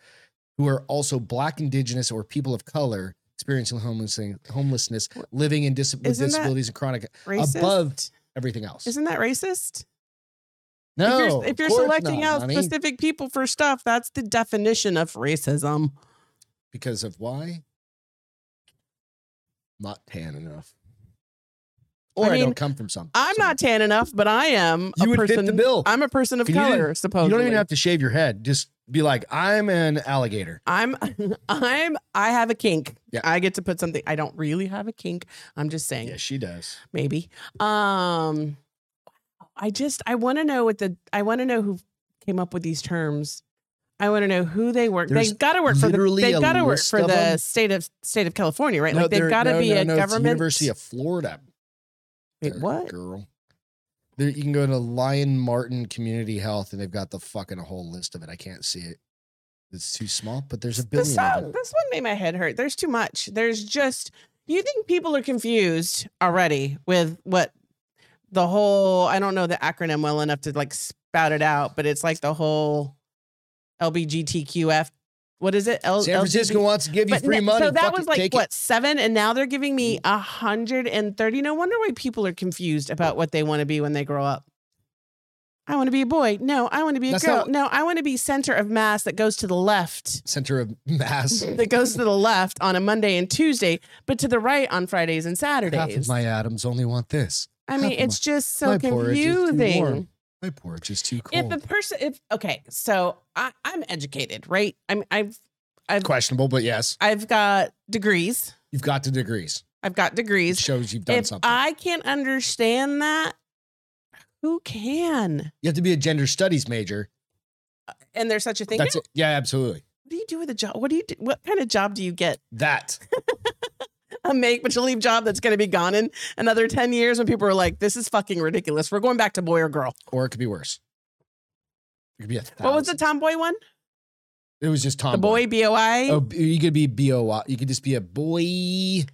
B: who are also black, indigenous, or people of color experiencing homelessness, homelessness, living in dis- with
A: Isn't that
B: disabilities and chronic
A: Racist.
B: above everything else.
A: Isn't that racist?
B: no,
A: if you're,
B: of
A: if you're
B: course
A: selecting
B: not,
A: out
B: honey.
A: specific people for stuff, that's the definition of racism.
B: because of why? Not tan enough. Or I,
A: mean,
B: don't come from some.
A: I'm
B: somewhere.
A: not tan enough, but I am
B: You
A: a
B: would fit the
A: person.
B: bill.
A: I'm a person of
B: If you didn't-
A: color,
B: You
A: supposedly.
B: don't even have to shave your head. Just be like, I'm an alligator.
A: I'm *laughs* I'm I have a kink.
B: Yeah.
A: I get to put something. I don't really have a kink. I'm just saying
B: Yeah, she does.
A: maybe. Um I just I want to know what the I want to know who came up with these terms. I want to know who they work.
B: There's
A: They got to work for the.
B: literally
A: They
B: a
A: got to work
B: list
A: for
B: of
A: the
B: them.
A: state of state of California, right?
B: No,
A: like they've
B: they're-
A: got to
B: no,
A: be a
B: no, no, it's the
A: government.
B: University of Florida.
A: Wait,
B: there,
A: what?
B: girl? There, you can go to Lion Martin Community Health, and they've got the fucking whole list of it. I can't see it; it's too small. But there's a
A: This,
B: billion. Of
A: song,
B: them.
A: this one made my head hurt. There's too much. There's just you think people are confused already with what the whole I don't know the acronym well enough to like spout it out, but it's like the whole LBGTQF. What is it? L-
B: San Francisco wants to give you
A: But
B: free
A: n-
B: money.
A: So that
B: Fucking
A: was like
B: take Mm.
A: what seven, and now they're giving me a hundred and thirty. No wonder why people are confused about what they want to be when they grow up. I want to be a boy. No, I want to be a
B: That's
A: girl.
B: not what-
A: no, I want to be center of mass that goes to the left.
B: It. Center of
A: *laughs*
B: mass.
A: That goes to the left on a Monday and Tuesday, but to the right on Fridays and
B: Half of
A: Saturdays.
B: my atoms only want this.
A: I mean,
B: half of
A: it's just
B: my
A: so
B: porridge is too
A: confusing.
B: warm. My porridge is too
A: If
B: cold.
A: a person, if okay, so I, I'm educated, right? I'm, I've, I've,
B: Questionable, but yes,
A: I've got degrees.
B: you've got the degrees.
A: I've got
B: It
A: degrees.
B: shows you've done
A: if
B: something.
A: I can't understand that, who can?
B: you have to be a gender studies major.
A: And there's such a thing.
B: That's it. Yeah, absolutely.
A: What do you do with a job? What do you do? What kind of job do you get?
B: That
A: A make but you leave job that's going to be gone in another 10 years when people are like, this is fucking ridiculous. We're going back to boy or girl.
B: or it could be worse. It could be a thousand.
A: What was the tomboy one?
B: It was just Tom.
A: The boy, B O I.
B: Oh, b- you could be B O Y. You could just be a boy.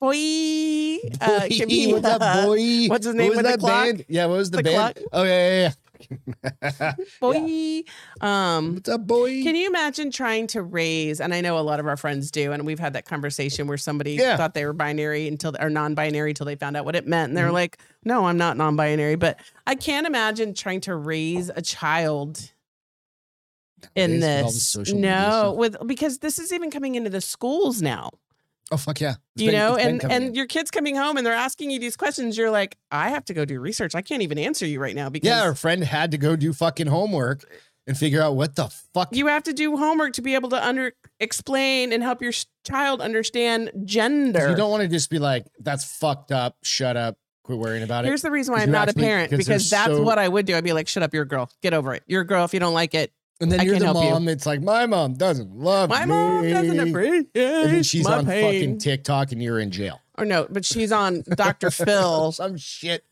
A: Boy.
B: *laughs*
A: Uh, it could be,
B: what's
A: *laughs*
B: up,
A: uh,
B: boy?
A: What's his
B: What
A: name
B: was
A: with the
B: that
A: clock?
B: band? Yeah, what was the,
A: The
B: band?
A: clock?
B: Oh yeah, yeah, yeah.
A: *laughs*
B: *laughs*
A: uh, Boy. Um,
B: what's up, boy?
A: Can you imagine trying to raise? And I know a lot of our friends do, and we've had that conversation where somebody
B: Yeah.
A: thought they were binary until or non-binary until they found out what it meant, and they're
B: Mhm.
A: like, "No, I'm not non-binary." But I can't imagine trying to raise a child in
B: Nowadays, with all the
A: this.
B: social media
A: No,
B: stuff.
A: with because this is even coming into the schools now.
B: Oh fuck yeah! It's
A: you
B: been-
A: know,
B: it's been
A: and
B: coming
A: and
B: in.
A: your kids coming home and they're asking you these questions. You're like, I have to go do research. I can't even answer you right now because
B: yeah, our friend had to go do fucking homework and figure out what the fuck.
A: *laughs* you have to do homework to be able to under explain and help your s- child understand gender.
B: You don't want to just be like, "That's fucked up. Shut up. Quit worrying about it."
A: Here's the reason why
B: 'Cause
A: I'm
B: you're
A: not
B: actually-
A: a parent
B: because
A: because,
B: they're
A: that's
B: so-
A: what I would do. I'd be like, "Shut up, you're a girl. Get over it. You're a girl. If you don't like it,
B: And then
A: I
B: you're the
A: can't help you.
B: mom. It's like, my mom doesn't love
A: my mom doesn't
B: me."
A: appreciate
B: And then she's
A: my
B: on
A: pain."
B: fucking TikTok, and you're in jail.
A: or no, but she's on
B: *laughs*
A: Dr. Phil,
B: Some shit.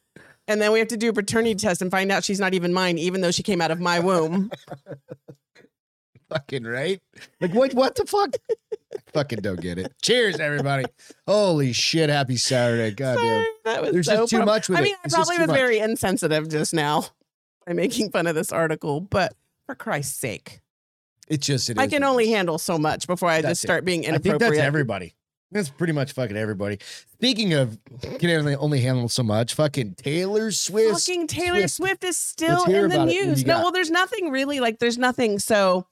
A: and then we have to do a paternity test and find out she's not even mine, even though she came out of my womb.
B: Fucking right. Like what what the fuck? *laughs* I fucking don't get it. Cheers, everybody. Holy shit. Happy Saturday. God damn.
A: Sorry, that was
B: There's
A: so
B: just too
A: prob-
B: much with
A: I
B: it.
A: mean, I
B: It's just
A: probably
B: too
A: was
B: much.
A: very insensitive just now by making fun of this article, but for Christ's sake,
B: It just it
A: I
B: is
A: can
B: what it
A: only
B: is.
A: handle so much before I
B: That's
A: just
B: it.
A: start being
B: I think
A: inappropriate.
B: that's everybody. That's pretty much fucking everybody. Speaking of can only, only handle so much, fucking Taylor Swift.
A: fucking Taylor
B: Swift.
A: Swift, is still
B: hear
A: in the
B: about it. What do
A: news.
B: you
A: No,
B: got?
A: well, there's nothing really. Like, there's nothing. So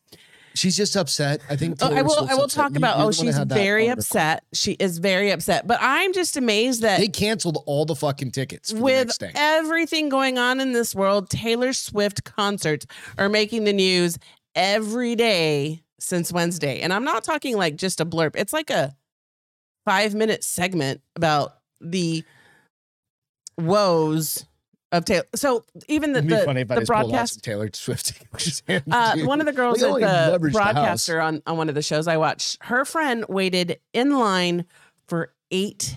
B: she's just upset. I think
A: Oh,
B: Taylor
A: I will.
B: Swift's
A: I will
B: upset.
A: talk
B: You-
A: about.
B: you're
A: Oh,
B: the one that
A: she's
B: had that
A: very
B: article.
A: upset. She is very upset. But I'm just amazed that
B: They canceled all the fucking tickets for the
A: with
B: next thing.
A: everything going on in this world, Taylor Swift concerts are making the news every day since Wednesday. And I'm not talking like just a blurb, it's like a five minute segment about the woes of Taylor. So even the,
B: It'd be
A: the,
B: funny if I
A: the
B: just pulled out
A: broadcast
B: some Taylor Swift. tickets. *laughs*
A: uh, one of the girls
B: We
A: at
B: only
A: the
B: leverage the house.
A: broadcaster on, on one of the shows I watch, her friend waited in line for eight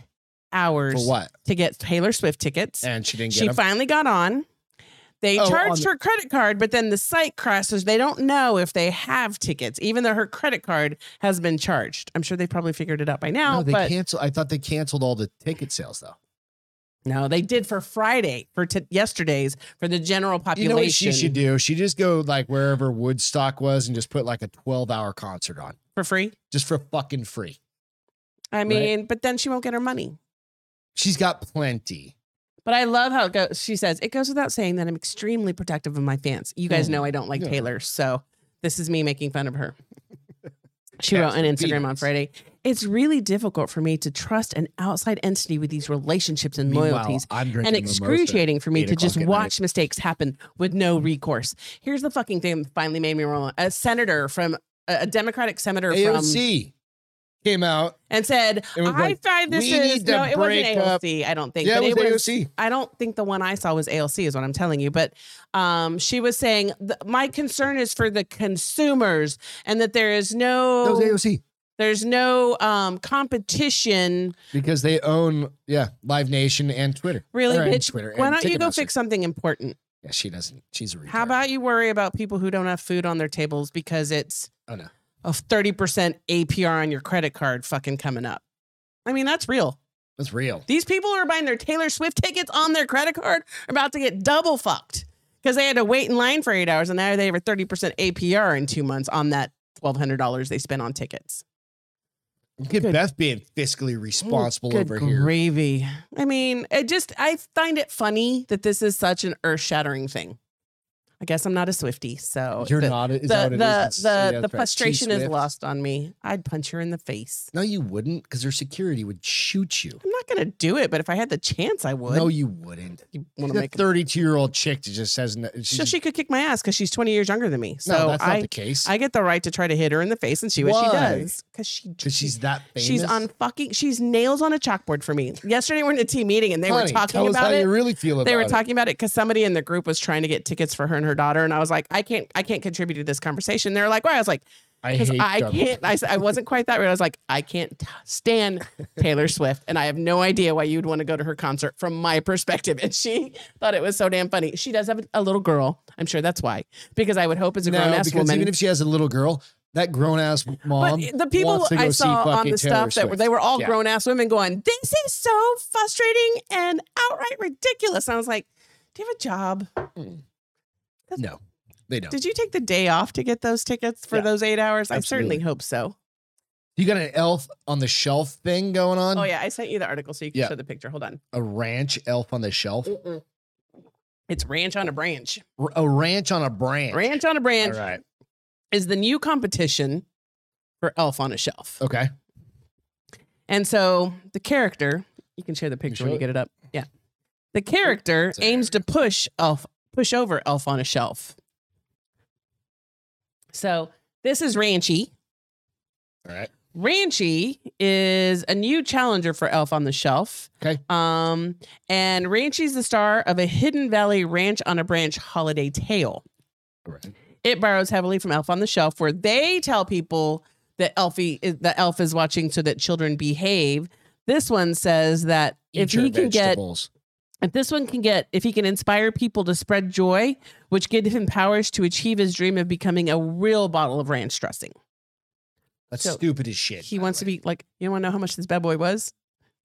A: hours
B: for what?
A: to get Taylor Swift tickets.
B: And she didn't get
A: She
B: them.
A: finally got on. They
B: Oh,
A: charged
B: on the-
A: her credit card, but then the site crashes. They don't know if they have tickets, even though her credit card has been charged. I'm sure they probably figured it out by now.
B: No, they
A: but
B: canceled. I thought they canceled all the ticket sales though.
A: no, they did for Friday for t- yesterday's for the general
B: You
A: population.
B: know what she should do? She just go like wherever Woodstock was and just put like a 12 hour concert on
A: for free.
B: just for fucking free.
A: I mean, but then she won't get her money.
B: She's got plenty.
A: But I love how it goes. She says, It goes without saying that I'm extremely protective of my fans. You guys
B: Hmm.
A: know I don't like
B: Yeah.
A: Taylor, so this is me making fun of
B: *laughs*
A: her. She wrote
B: Yes,
A: on
B: be
A: Instagram on
B: nice.
A: Friday, It's really difficult for me to trust an outside entity with these relationships and
B: Meanwhile,
A: loyalties.
B: I'm
A: And
B: drinking mimosa.
A: excruciating for me
B: eight
A: to just
B: o'clock at night.
A: watch mistakes happen with no recourse. Here's the fucking thing that finally made me roll. A senator from a a Democratic senator from
B: AOC. came out.
A: and said,
B: It was
A: "I
B: like,
A: find this
B: "We
A: is
B: need to
A: no, it wasn't
B: break up."
A: ALC. I don't think.
B: Yeah,
A: but
B: it was, AOC.
A: I don't think the one I saw was ALC, is what I'm telling you. But um, she was saying, th- my concern is for the consumers, and that there is
B: That
A: no,
B: was AOC
A: there's no um, competition.
B: because they own yeah Live Nation and Twitter.
A: Really,
B: Or, and
A: bitch.
B: Twitter
A: Why
B: and
A: don't you go
B: Ticketmaster.
A: fix something important?
B: Yeah, she doesn't. She's a retard.
A: How about you worry about people who don't have food on their tables because it's
B: Oh, no.
A: a 30% APR on your credit card fucking coming up? I mean, that's real.
B: that's real?
A: These people who are buying their Taylor Swift tickets on their credit card are about to get double fucked because they had to wait in line for eight hours and now they have a 30% APR in two months on that $1,200 they spent on tickets.
B: Look at
A: Good.
B: Beth being fiscally responsible
A: Good
B: over here.
A: gravy. I mean, it just, I find it funny that this is such an earth shattering thing. I guess I'm not a Swifty, so
B: You're
A: the,
B: not. Is
A: the,
B: that what it is?
A: the,
B: It's-
A: the,
B: yeah,
A: the
B: that's right. She
A: frustration is
B: Swift.
A: lost on me. I'd punch her in the face.
B: No, you wouldn't, because her security would shoot you.
A: I'm not going to do it, but if I had the chance, I would.
B: No, you wouldn't.
A: you want to
B: She's a *laughs*
A: make a
B: 32 year old chick that just says no. She's,
A: so she could kick my ass because she's 20 years younger than me. So
B: no, that's not
A: I,
B: the case.
A: I get the right to try to hit her in the face and see what
B: Why?
A: she does because she
B: 'Cause she's that famous.
A: she's on fucking she's nails on a chalkboard for me. Yesterday we're in a team meeting and they were
B: Honey,
A: talking
B: tell us how
A: about
B: you
A: it.
B: really feel about
A: They were
B: it.
A: talking about it because somebody in the group was trying to get tickets for her and her daughter, and I was like, I can't, I can't contribute to this conversation. They're like, why? I was like,
B: I
A: because
B: hate
A: I
B: them.
A: can't. I, s- I wasn't quite that right. I was like, I can't t- stand Taylor Swift, and I have no idea why you'd want to go to her concert from my perspective. And she thought it was so damn funny. She does have a, a little girl. I'm sure that's why. Because I would hope as a grown
B: No,
A: ass
B: because
A: woman.
B: even if she has a little girl, that grown ass
A: but
B: mom.
A: the people
B: wants to go
A: I
B: see
A: saw on
B: fucking
A: the
B: Taylor
A: stuff that were
B: Swift.
A: they were all
B: Yeah.
A: grown ass women going, this is so frustrating and outright ridiculous. And I was like, do you have a job?
B: No, they don't.
A: Did you take the day off to get those tickets for
B: Yeah.
A: those eight hours? I
B: Absolutely.
A: certainly hope so.
B: You got an elf on the shelf thing going on?
A: Oh yeah, I sent you the article so you can
B: Yeah.
A: show the picture. Hold on.
B: A ranch elf on the shelf?
A: Oh. It's ranch on a branch.
B: R- A ranch on a branch.
A: Ranch on a
B: All
A: branch
B: right.
A: is the new competition for Elf on a Shelf.
B: Okay.
A: And so the character, you can share the picture when
B: show
A: you
B: it?
A: get it up. Yeah. The character
B: It's
A: aims to push Elf push over Elf on a Shelf. So this is Ranchi.
B: All right.
A: Ranchi is a new challenger for Elf on the Shelf.
B: Okay.
A: Um, and Ranchi's the star of a Hidden Valley Ranch on a Branch holiday tale.
B: All right.
A: it borrows heavily from Elf on the Shelf, where they tell people that Elfie is, that Elf is watching so that children behave. This one says that if
B: Eat your
A: he can get
B: vegetables.
A: if this one can get if he can inspire people to spread joy, which give him powers to achieve his dream of becoming a real bottle of ranch dressing.
B: That's
A: So,
B: stupid as shit.
A: He
B: by
A: wants
B: the
A: to
B: way.
A: be like, you want to know how much this bad boy was?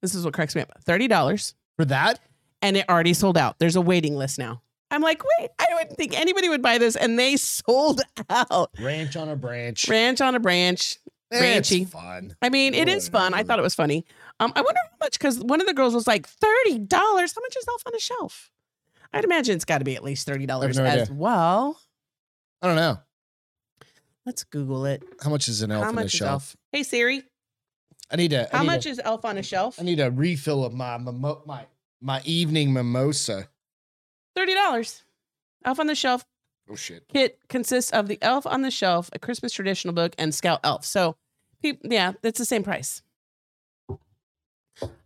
A: This is what cracks me up. $30
B: For that?
A: and it already sold out. There's a waiting list now. I'm like, wait, I wouldn't think anybody would buy this and they *laughs* sold out.
B: Ranch on a branch. Eh,
A: Ranch on a branch.
B: That's
A: ranchy.
B: fun.
A: I mean, it is fun.
B: Mm.
A: I thought it was funny. Um, I wonder how much because one of the girls was like thirty dollars. How much is Elf on a Shelf? I'd imagine it's got to be at least thirty dollars
B: no
A: as
B: idea.
A: well.
B: I don't know.
A: Let's Google it.
B: How much is an elf
A: how
B: on
A: much
B: the
A: is
B: shelf?
A: Elf? Hey Siri,
B: I need to.
A: how much is Elf on a Shelf?
B: I need a refill of my mimo- my my evening mimosa.
A: Thirty dollars. Elf on the Shelf
B: Oh shit!
A: kit consists of the Elf on the Shelf, a Christmas traditional book, and Scout Elf. So, peop yeah, it's the same price.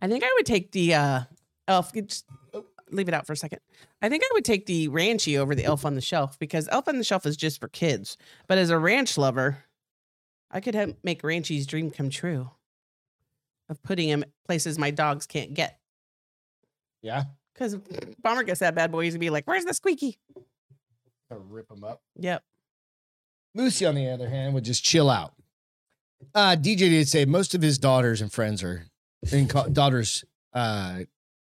A: I think I would take the uh, Elf. you just- oh, leave it out for a second. I think I would take the Ranchy over the Elf on the Shelf because Elf on the Shelf is just for kids. But as a ranch lover, I could have, make Ranchy's dream come true of putting him places my dogs can't get.
B: Yeah,
A: Because Bomber gets that bad boy, he's gonna be like, "Where's the squeaky?"
B: to rip them up.
A: Yep.
B: Moosey, on the other hand, would just chill out. Uh, DJ did say most of his daughters and friends are in co- daughters uh,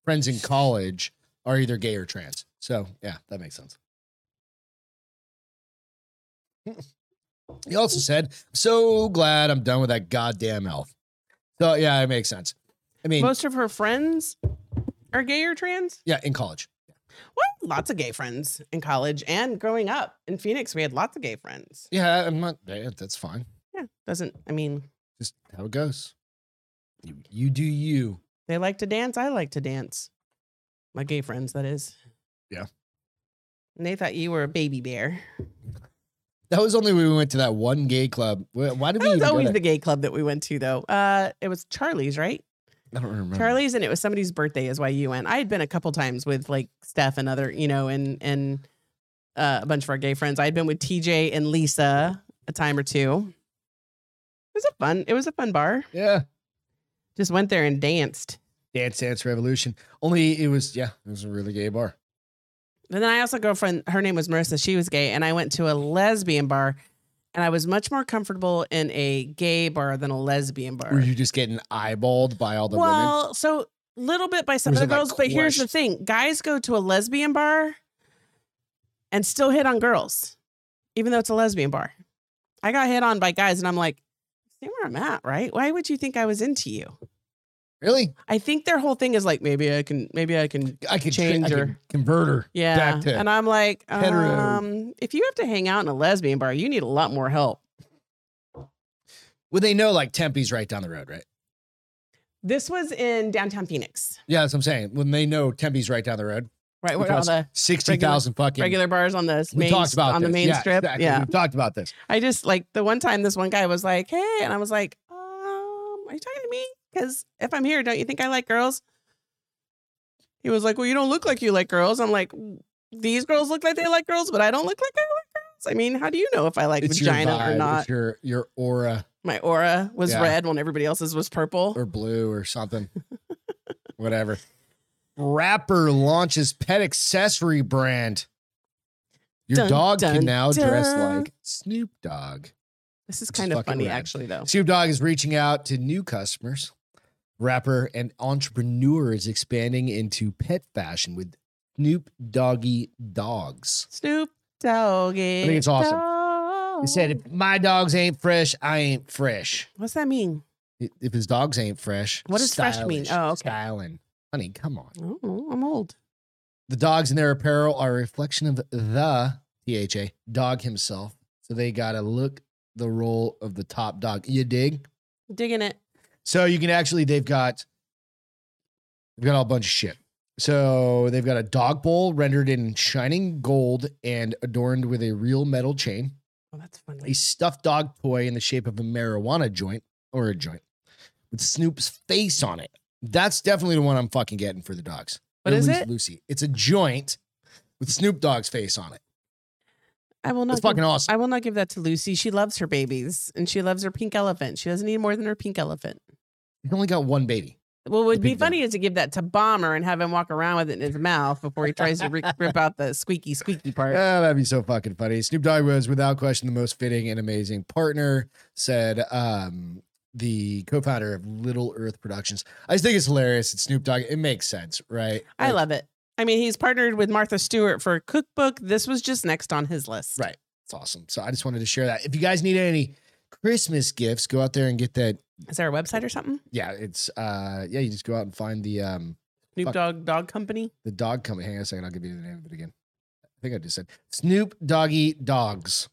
B: friends in college are either gay or trans. So yeah, that makes sense. *laughs* He also said, "So glad I'm done with that goddamn elf." So yeah, it makes sense. I mean,
A: Most of her friends are gay or trans.
B: yeah, in college.
A: Well, lots of gay friends in college and growing up in Phoenix, we had lots of gay friends.
B: Yeah, I'm not. yeah, That's fine.
A: Yeah, doesn't I mean
B: Just how it goes. You, you do you.
A: they like to dance? I like to dance. My gay friends, that is.
B: Yeah.
A: And they thought you were a baby bear.
B: That was only when we went to that one gay club. Wh- Why did we
A: That was
B: even go
A: always
B: there?
A: the gay club that we went to, though. Uh, it was Charlie's, right?
B: I don't remember.
A: Charlie's, and it was somebody's birthday, is why you went. I had been a couple times with like Steph and other, you know, and and uh, a bunch of our gay friends. I had been with TJ and Lisa a time or two. It was a fun. It was a fun bar.
B: Yeah.
A: Just went there and danced.
B: Dance Dance Revolution. Only it was yeah, it was a really gay bar.
A: And then I also girlfriend. Her name was Marissa. She was gay, and I went to a lesbian bar, and I was much more comfortable in a gay bar than a lesbian bar.
B: Were you just getting eyeballed by all the
A: well, so little bit by some of
B: was
A: the
B: it, like,
A: girls, but here's the thing: guys go to a lesbian bar and still hit on girls, even though it's a lesbian bar. I got hit on by guys, and I'm like, see where I'm at, right? Why would you think I was into you?
B: women? Really?
A: I think their whole thing is like, maybe I can, maybe I can,
B: I could
A: Change
B: change I
A: her.
B: could convert her.
A: yeah.
B: Back to
A: And I'm like,
B: hetero.
A: um, if you have to hang out in a lesbian bar, you need a lot more help.
B: Well, they know like Tempe's right down the road, right?
A: This was in downtown Phoenix,
B: Yeah, that's what I'm saying. When they know Tempe's right down the road,
A: right? Where all
B: Because
A: the
B: sixty thousand fucking.
A: regular bars on the
B: we
A: main,
B: talked about
A: on the
B: this.
A: main
B: Yeah,
A: strip.
B: exactly.
A: Yeah.
B: we talked about this.
A: I just like the one time this one guy was like, "Hey," and I was like, "Um, are you talking to me? Because if I'm here, don't you think I like girls?" He was like, "Well, you don't look like you like girls." I'm like, "These girls look like they like girls, but I don't look like I like girls." I mean, how do you know if I like
B: it's
A: vagina
B: your vibe,
A: or
B: it's
A: not?
B: your your aura
A: My aura was
B: Yeah.
A: red when everybody else's was *laughs* purple.
B: or blue
A: *laughs*
B: or something, whatever. Rapper launches pet accessory brand. Your
A: Dun,
B: dog
A: dun,
B: can now dress
A: dun.
B: like Snoop Dogg.
A: this is
B: it's
A: kind of
B: fucking
A: funny,
B: rad.
A: actually, though.
B: Snoop Dogg is reaching out to new customers. Rapper and entrepreneur is expanding into pet fashion with Snoop Doggy Dogs.
A: Snoop Doggy.
B: I think it's awesome. He said,
A: Dogg.
B: if my dogs ain't fresh, I ain't fresh.
A: "What's that mean?"
B: I- If his dogs ain't fresh,
A: What does fresh mean?
B: stylish,
A: Oh, okay.
B: Styling. Honey, come on.
A: I don't know. I'm old.
B: The dogs in their apparel are a reflection of the DHA dog himself. So they got to look the role of the top dog. You dig?
A: Digging it.
B: So you can actually, they've got, they've got all a bunch of shit. So they've got a dog bowl rendered in shining gold and adorned with a real metal chain,
A: Oh, that's
B: a
A: funny.
B: stuffed dog toy in the shape of a marijuana joint or a joint with Snoop's face on it. That's definitely the one I'm fucking getting for the dogs.
A: What
B: Or at
A: is
B: least
A: it?
B: Lucy. It's a joint with Snoop Dogg's face on it.
A: I will not.
B: It's
A: give-
B: fucking awesome.
A: I will not give that to Lucy. She loves her babies and she loves her pink elephant. She doesn't need more than her pink elephant.
B: He's only got one baby.
A: What would be
B: pink one.
A: funny is to give that to Bomber and have him walk around with it in his mouth before he tries to ri rip out the squeaky, squeaky
B: *laughs*
A: part.
B: Yeah, Oh, that'd be so fucking funny. Snoop Dogg was without question the most fitting and amazing partner, said um, the co-founder of Little Earth Productions. I just think it's hilarious. It's Snoop Dogg. It makes sense, right?
A: I
B: Like,
A: love it. I mean, he's partnered with Martha Stewart for a cookbook. This was just next on his list.
B: Right. it's awesome. So I just wanted to share that. If you guys need any Christmas gifts, go out there and get that.
A: Is there a website or something?
B: Yeah, it's uh yeah, you just go out and find the um
A: Snoop
B: Fuck.
A: Dogg Dog Company?
B: the dog company. Hang on a second, I'll give you the name of it again. I think I just said Snoop Doggy Dogs.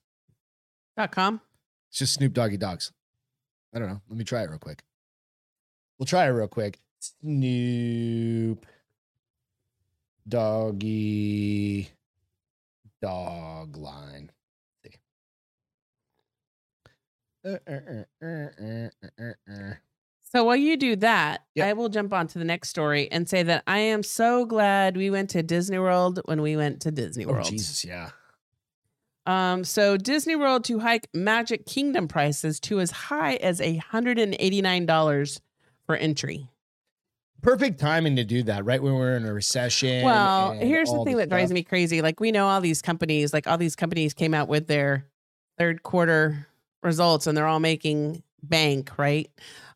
A: Dot com?
B: It's just Snoop Doggy Dogs. I don't know. Let me try it real quick. We'll try it real quick. Snoop Doggy Dog Line. See. Uh, uh, uh, uh, uh, uh, uh.
A: So while you do that,
B: Yep.
A: I will jump on to the next story and say that I am so glad we went to Disney World when we went to Disney
B: Oh,
A: World.
B: Jesus. Yeah.
A: Um, so Disney World to hike Magic Kingdom prices to as high as $189 for entry.
B: Perfect timing to do that, right? When we're in a recession.
A: well,
B: and
A: here's the
B: all
A: thing that drives
B: stuff.
A: me crazy. Like we know all these companies, like all these companies came out with their third quarter results and they're all making bank, right?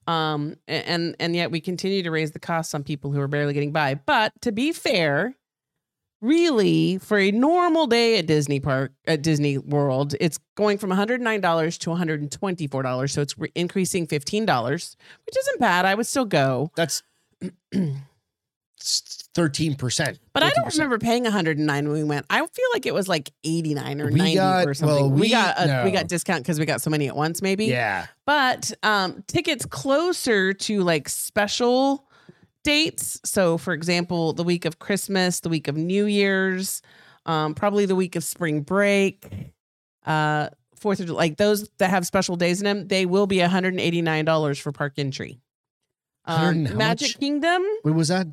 A: Um a- and and yet we continue to raise the costs on people who are barely getting by. But to be fair, really for a normal day at Disney Park at Disney World, it's going from $109 to $124, so it's re- increasing $15, which isn't bad. I would still go.
B: That's 13%.
A: But I don't
B: 14%.
A: remember paying 109 when we went. I feel like it was like 89 or
B: We
A: 90
B: got-
A: or something.
B: well,
A: we,
B: we-
A: got a, we
B: no.
A: got discount because we got so many at once, maybe.
B: Yeah.
A: But um, tickets closer to like special dates. So, for example, the week of Christmas, the week of New Year's, um, probably the week of spring break. Uh, Fourth of Ju- like those that have special days in them, they will be one hundred and eighty nine dollars for park entry. Um,
B: 100 how
A: Magic
B: much?
A: Kingdom
B: What was that?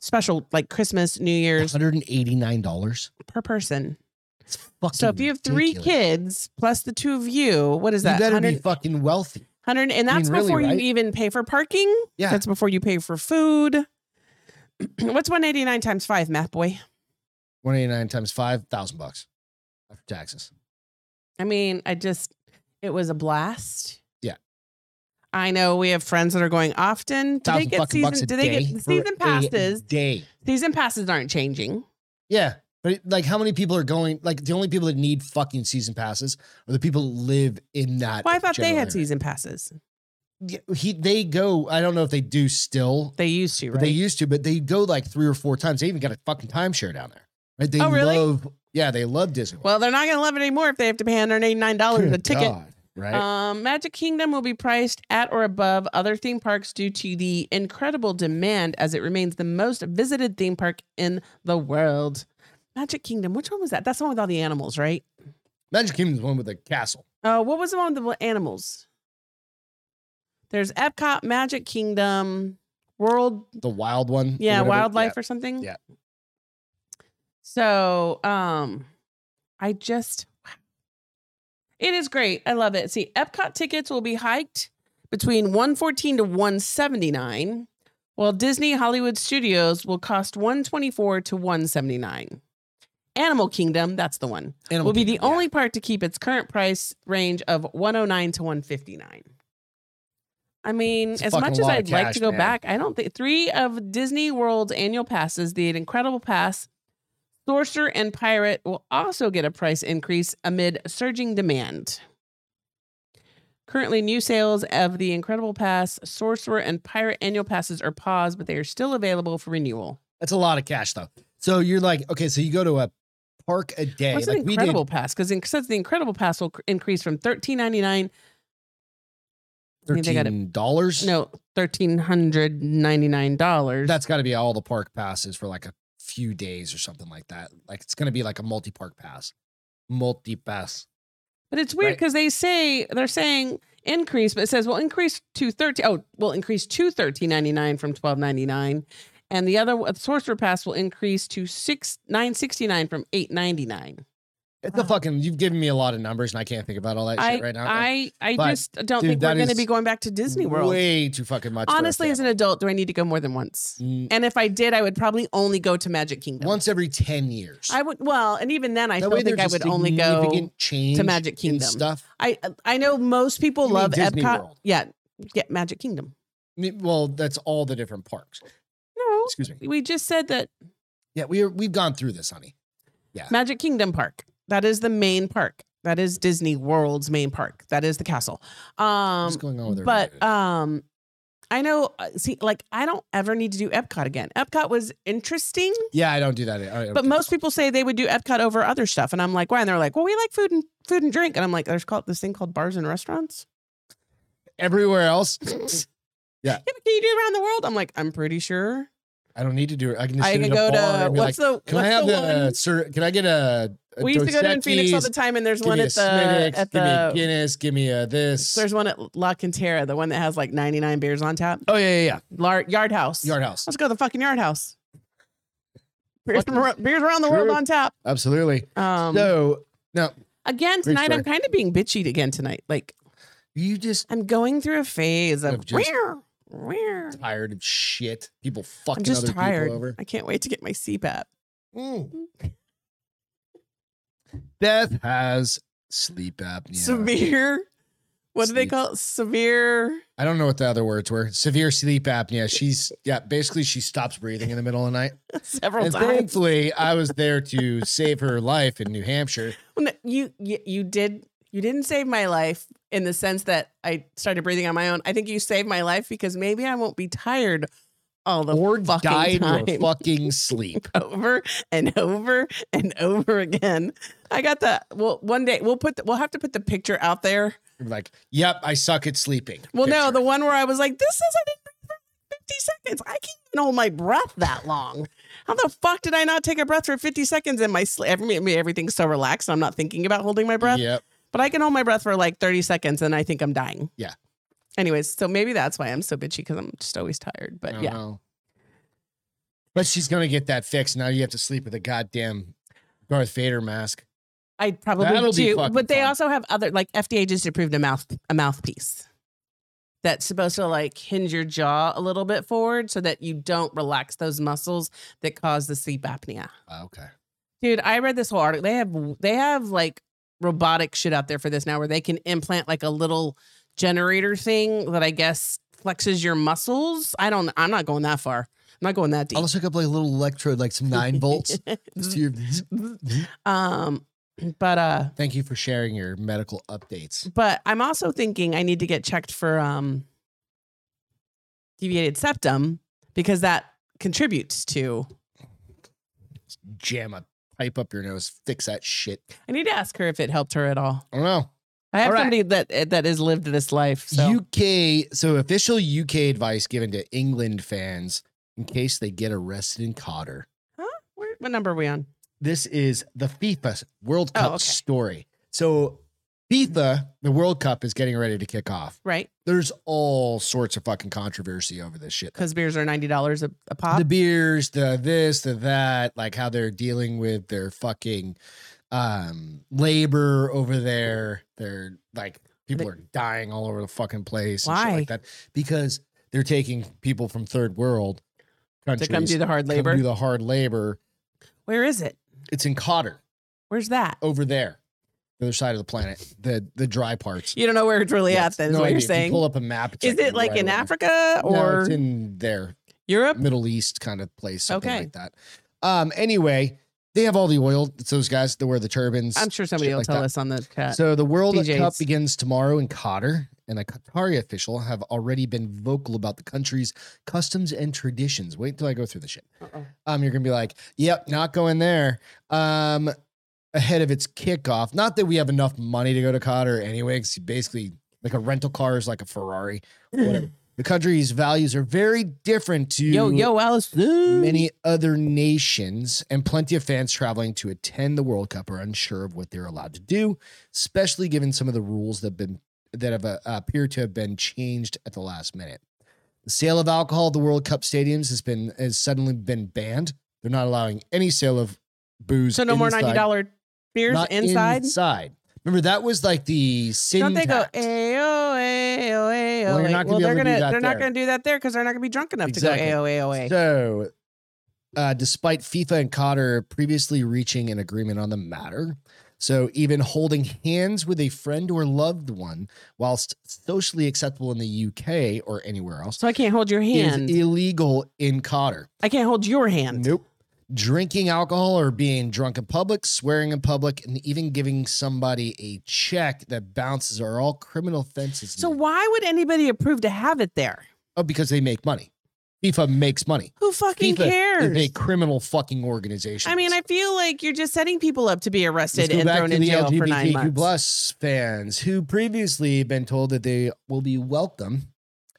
A: special like Christmas, New Year's
B: $189.
A: per person.
B: It's fucking
A: So if you have three
B: ridiculous.
A: kids plus the two of you, what is that?
B: you better be
A: 100,
B: fucking wealthy.
A: 100 and that's
B: mean, really,
A: before
B: right?
A: you even pay for parking.
B: Yeah.
A: That's before you pay for food. *clears throat* What's one eighty nine times five, math boy?
B: 189 times five, thousand bucks after taxes.
A: I mean, I just, it was a blast.
B: Yeah.
A: I know we have friends that are going often. Do they
B: Thousand
A: get
B: fucking
A: season?
B: bucks a
A: Do
B: day
A: they get
B: for
A: season
B: a
A: passes?
B: Day.
A: Season passes aren't changing.
B: Yeah. But it- like, how many people are going? Like, the only people that need fucking season passes are the people that live in that.
A: Well, I thought they
B: general
A: had
B: area.
A: season passes.
B: Yeah, He, they go. I don't know if they do still.
A: They used to,
B: but
A: right?
B: They used to, but they go like three or four times. They even got a fucking timeshare down there. Right? They
A: Oh, really?
B: love. Yeah, they love Disney. World.
A: well, they're not going to love it anymore if they have to pay $189 a
B: Good
A: ticket.
B: God, right?
A: Um, Magic Kingdom will be priced at or above other theme parks due to the incredible demand as it remains the most visited theme park in the world. Magic Kingdom, which one was that? That's the one with all the animals, right?
B: Magic Kingdom's one with a castle.
A: Uh, what was the one with the animals? There's Epcot, Magic Kingdom, World,
B: The wild one. or
A: yeah,
B: whatever.
A: Wildlife or something.
B: yeah.
A: So, um, I just, it is great. I love it. See, Epcot tickets will be hiked between 114 to 179, while Disney Hollywood Studios will cost 124 to 179. Animal Kingdom, that's the one
B: Yeah. Animal
A: will be the
B: Kingdom, yeah.
A: only park to keep its current price range of 109 to 159. I mean,
B: It's a
A: as
B: fucking
A: much as
B: lot of
A: I'd like
B: cash,
A: to go
B: man.
A: back, I don't think three of Disney World's annual passes, the Incredible Pass, Sorcerer, and Pirate, will also get a price increase amid surging demand. Currently, new sales of the Incredible Pass, Sorcerer, and Pirate annual passes are paused, but they are still available for renewal.
B: That's a lot of cash though. So you're like, okay, so you go to a park a day.
A: What's
B: like
A: an incredible pass? Because since the incredible pass will cr- increase from thirteen ninety nine, I
B: we
A: think
B: did
A: they got it.
B: thirteen dollars.
A: no thirteen hundred ninety nine dollars.
B: That's gotta be all the park passes for like a few days or something like that. Like it's gonna be like a multi-park pass. Multi-pass.
A: But it's weird
B: right.
A: because they say they're saying increase, but it says well increase to thirteen. Oh, will increase to thirteen ninety nine from twelve ninety nine, and the other one- sorcerer pass will increase to six nine sixty nine from eight ninety nine.
B: It's a
A: Wow.
B: fucking you've given me a lot of numbers and I can't think about all that
A: I
B: shit right now.
A: I I
B: But,
A: just don't
B: dude,
A: think we're
B: that
A: going to
B: is
A: be going back to Disney World.
B: Way too fucking much. for a
A: Honestly, as an
B: family.
A: adult, do I need to go more than once?
B: Mm,
A: And if I did, I would probably only go to Magic Kingdom.
B: once every 10 years.
A: I would well, and even then, I
B: That
A: still
B: way
A: think I
B: there's a
A: would only go.
B: significant change
A: Magic
B: in
A: Kingdom.
B: stuff.
A: I uh, I know most people
B: You mean
A: love
B: Disney
A: Epcot.
B: World.
A: Yeah, yeah, Magic Kingdom.
B: I mean, Well, that's all the different parks.
A: No,
B: Excuse me.
A: we just said that
B: Yeah, we are, we've gone through this, honey.
A: Magic Kingdom Park. That is the main park. That is Disney World's main park. That is the castle. Um,
B: What's going on with everybody
A: but um, I know. uh, See, like I don't ever need to do Epcot again. Epcot was interesting,
B: Yeah, I don't do that. I don't
A: but
B: do
A: most people say they would do Epcot over other stuff, and I'm like, why? And they're like, well, we like food and food and drink, and I'm like, there's called this thing called bars and restaurants.
B: that. everywhere else,
A: *laughs* yeah, but can you do it around the world? I'm like, I'm pretty sure.
B: I don't need to do it. I can just
A: I
B: sit
A: can
B: in a
A: go
B: bar
A: to
B: and be
A: what's
B: like,
A: the
B: can I
A: what's
B: have
A: the
B: the, uh,
A: one?
B: sir? Can I get a? a
A: we used to go to in Phoenix all the
B: Dos Equis?
A: time, and there's
B: Uh, Give
A: one
B: me a
A: at the at
B: Smittix, give me a
A: the
B: Guinness. Give me a this.
A: there's one at La Cantera, the one that has like 99 beers on tap.
B: oh yeah, yeah, yeah.
A: Lar- yard House.
B: Yard House,
A: Let's go to the fucking Yard House. Beers,
B: Fucking
A: from ar- beers around the world
B: true.
A: on tap.
B: absolutely.
A: Um,
B: so
A: again
B: great
A: tonight, I'm kind of being bitchy again tonight. Like
B: you just
A: I'm going through a phase of
B: Of just-
A: where where
B: tired of shit. People fucking
A: I'm just
B: other
A: tired.
B: people over.
A: I can't wait to get my CPAP. *laughs*
B: Mm. Beth has sleep apnea.
A: Severe. What do they
B: Sleep.
A: call it? Severe. *laughs*
B: I don't know what the other words were. Severe sleep apnea. She's yeah. Basically, she stops breathing in the middle
A: *laughs*
B: of the night.
A: several
B: and
A: times.
B: thankfully, I was there to save her life in New Hampshire.
A: No, You, you you did you didn't save my life in the sense that I started breathing on my own. I think you saved my life because maybe I won't be tired all the *laughs*
B: or
A: fucking
B: died in
A: time
B: her fucking sleep.
A: *laughs* over and over and over again. I got the well one day we'll put the, we'll have to put the picture out there.
B: I'm like, yep, I suck at sleeping.
A: Well, no,
B: Picture.
A: the one where I was like, this is I didn't breathe for 50 seconds. I can't even hold my breath that long. How the fuck did I not take a breath for 50 seconds in my sleep? Everything's so relaxed. I'm not thinking about holding my breath.
B: Yep.
A: But I can hold my breath for like 30 seconds and I think I'm dying.
B: Yeah.
A: Anyways, so maybe that's why I'm so bitchy because I'm just always tired. But
B: I don't
A: yeah.
B: know. But she's gonna get that fixed. Now you have to sleep with a goddamn Darth Vader mask.
A: I probably
B: That'll be
A: do,
B: fucking
A: but they
B: fun.
A: also have other like FDA just approved a mouth a mouthpiece that's supposed to like hinge your jaw a little bit forward so that you don't relax those muscles that cause the sleep apnea.
B: Oh, okay.
A: Dude, I read this whole article. They have they have like robotic shit out there for this now where they can implant like a little generator thing that I guess flexes your muscles. I don't I'm not going that far. I'm not going that deep.
B: I'll just hook up like a little electrode, like some
A: *laughs*
B: nine volts. to your- *laughs*
A: um but uh
B: Thank you for sharing your medical updates.
A: But I'm also thinking I need to get checked for um deviated septum because that contributes to
B: Jam a pipe up your nose. Fix that shit.
A: I need to ask her if it helped her at all.
B: I don't know.
A: I have
B: All right.
A: somebody that that has lived this life. So
B: UK, so official UK advice given to England fans in case they get arrested in Cotter.
A: Where, what number are we on?
B: This is the FIFA World
A: Oh,
B: Cup
A: okay.
B: story. So FIFA, the World Cup is getting ready to kick off.
A: Right?
B: There's all sorts of fucking controversy over this shit.
A: Because beers are ninety dollars a a pop.
B: The beers, the this, the that, like how they're dealing with their fucking um labor over there. They're like people
A: They-
B: are dying all over the fucking place and shit
A: Why?
B: like that. Because they're taking people from third world
A: to
B: countries
A: come do the hard labor.
B: do the hard labor.
A: Where is it?
B: It's in Cotter.
A: Where's that?
B: over there, the other side of the planet, the the dry parts.
A: You don't know where it's really at. Then is
B: No
A: what
B: idea.
A: you're
B: If you
A: saying.
B: pull up a map. it's
A: is it like
B: right
A: in
B: away.
A: Africa
B: No,
A: or
B: it's in there,
A: Europe?
B: Middle East kind of place, something
A: Okay.
B: like that. Um. Anyway, they have all the oil. It's those guys that wear the turbans.
A: I'm sure somebody
B: shit
A: will
B: like
A: tell
B: that.
A: us on the chat.
B: So the World
A: BJ's.
B: Cup begins tomorrow in Qatar, and a Qatari official have already been vocal about the country's customs and traditions. Wait till I go through the shit.
A: Uh-oh.
B: Um, you're gonna be like, "Yep, not going there." Um, ahead of its kickoff. Not that we have enough money to go to Qatar anyway, because basically, like a rental car is like a Ferrari.
A: *laughs*
B: Whatever. the country's values are very different to
A: Yo, yo, Alice.
B: many other nations and plenty of fans traveling to attend the World Cup are unsure of what they're allowed to do, especially given some of the rules that have been that have uh, appeared to have been changed at the last minute. The sale of alcohol at the World Cup stadiums has been has suddenly been banned. They're not allowing any sale of booze.
A: So no more
B: inside-
A: ninety dollar beers
B: not
A: inside.
B: Inside. Remember that was like the sin
A: Don't they go
B: tax.
A: ayo ayo ayo?
B: Well, you're not gonna be
A: they're
B: able to do
A: gonna
B: that
A: they're not
B: there.
A: gonna do that there because they're not gonna be drunk enough
B: Exactly.
A: to go ayo ayo ayo.
B: So, uh, despite FIFA and Qatar previously reaching an agreement on the matter, so even holding hands with a friend or loved one, whilst socially acceptable in the UK or anywhere else,
A: So I can't hold your hand.
B: is illegal in Qatar.
A: I can't hold your hand.
B: Nope. Drinking alcohol or being drunk in public, swearing in public, and even giving somebody a check that bounces are all criminal offenses.
A: So
B: now.
A: why would anybody approve to have it there?
B: oh, because they make money. FIFA makes money.
A: Who fucking
B: FIFA
A: cares?
B: is a criminal fucking organization.
A: I mean, I feel like you're just setting people up to be arrested
B: Let's go
A: and
B: back
A: thrown
B: to
A: in
B: the
A: jail for nine
B: LGBTQ
A: months.
B: plus fans who previously been told that they will be welcome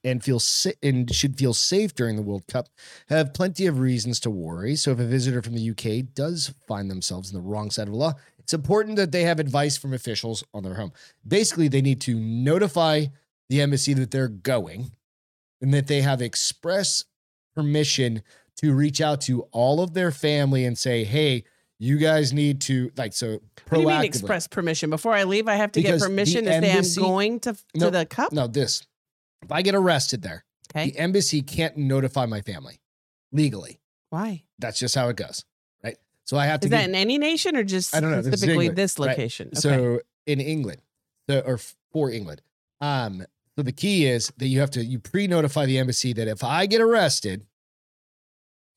B: and feel sa- and should feel safe during the World Cup have plenty of reasons to worry. So if a visitor from the UK does find themselves on the wrong side of the law, it's important that they have advice from officials on their home. Basically, they need to notify the embassy that they're going and that they have express permission to reach out to all of their family and say, "Hey, you guys need to like so proactively."
A: What do you mean express permission? Before I leave, I have to get
B: Because the
A: permission to say
B: embassy-
A: I'm going to, to
B: Nope.
A: the cup.
B: No, this. If I get arrested there,
A: Okay.
B: the embassy can't notify my family legally.
A: Why?
B: That's just how it goes, right? So I have to
A: Is
B: be-
A: that in any nation or just
B: I don't know. This is
A: specifically
B: England,
A: this
B: right?
A: location? Okay.
B: So in England, so, or f- for England, um, so the key is that you have to you pre-notify the embassy that if I get arrested,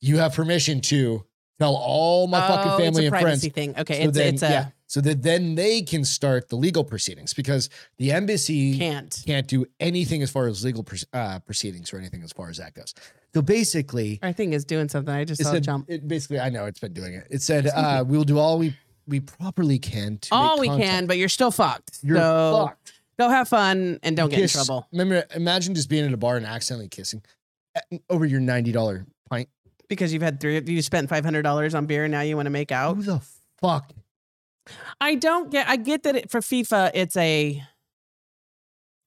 B: you have permission to tell all my
A: Oh,
B: fucking family
A: it's a
B: and
A: privacy
B: friends.
A: thing. Okay,
B: So
A: it's,
B: then,
A: it's uh, a
B: yeah, so that then they can start the legal proceedings because the embassy
A: can't.
B: can't do anything as far as legal proce- uh, proceedings or anything as far as that goes. So basically,
A: Our thing is doing something. I just
B: it
A: saw a
B: said,
A: jump.
B: it basically, I know it's been doing it. It said, uh, we will do all we, we properly can to make
A: All Oh, we
B: contact.
A: can, but you're still fucked.
B: You're
A: so
B: fucked.
A: go have fun and don't get
B: Kiss-
A: in trouble
B: Remember, imagine just being at a bar and accidentally kissing uh, over your ninety dollar pint.
A: Oh. because you've had three. You spent five hundred dollars on beer and now you want to make out.
B: Who the fuck
A: I don't get. I get that it, for FIFA, it's a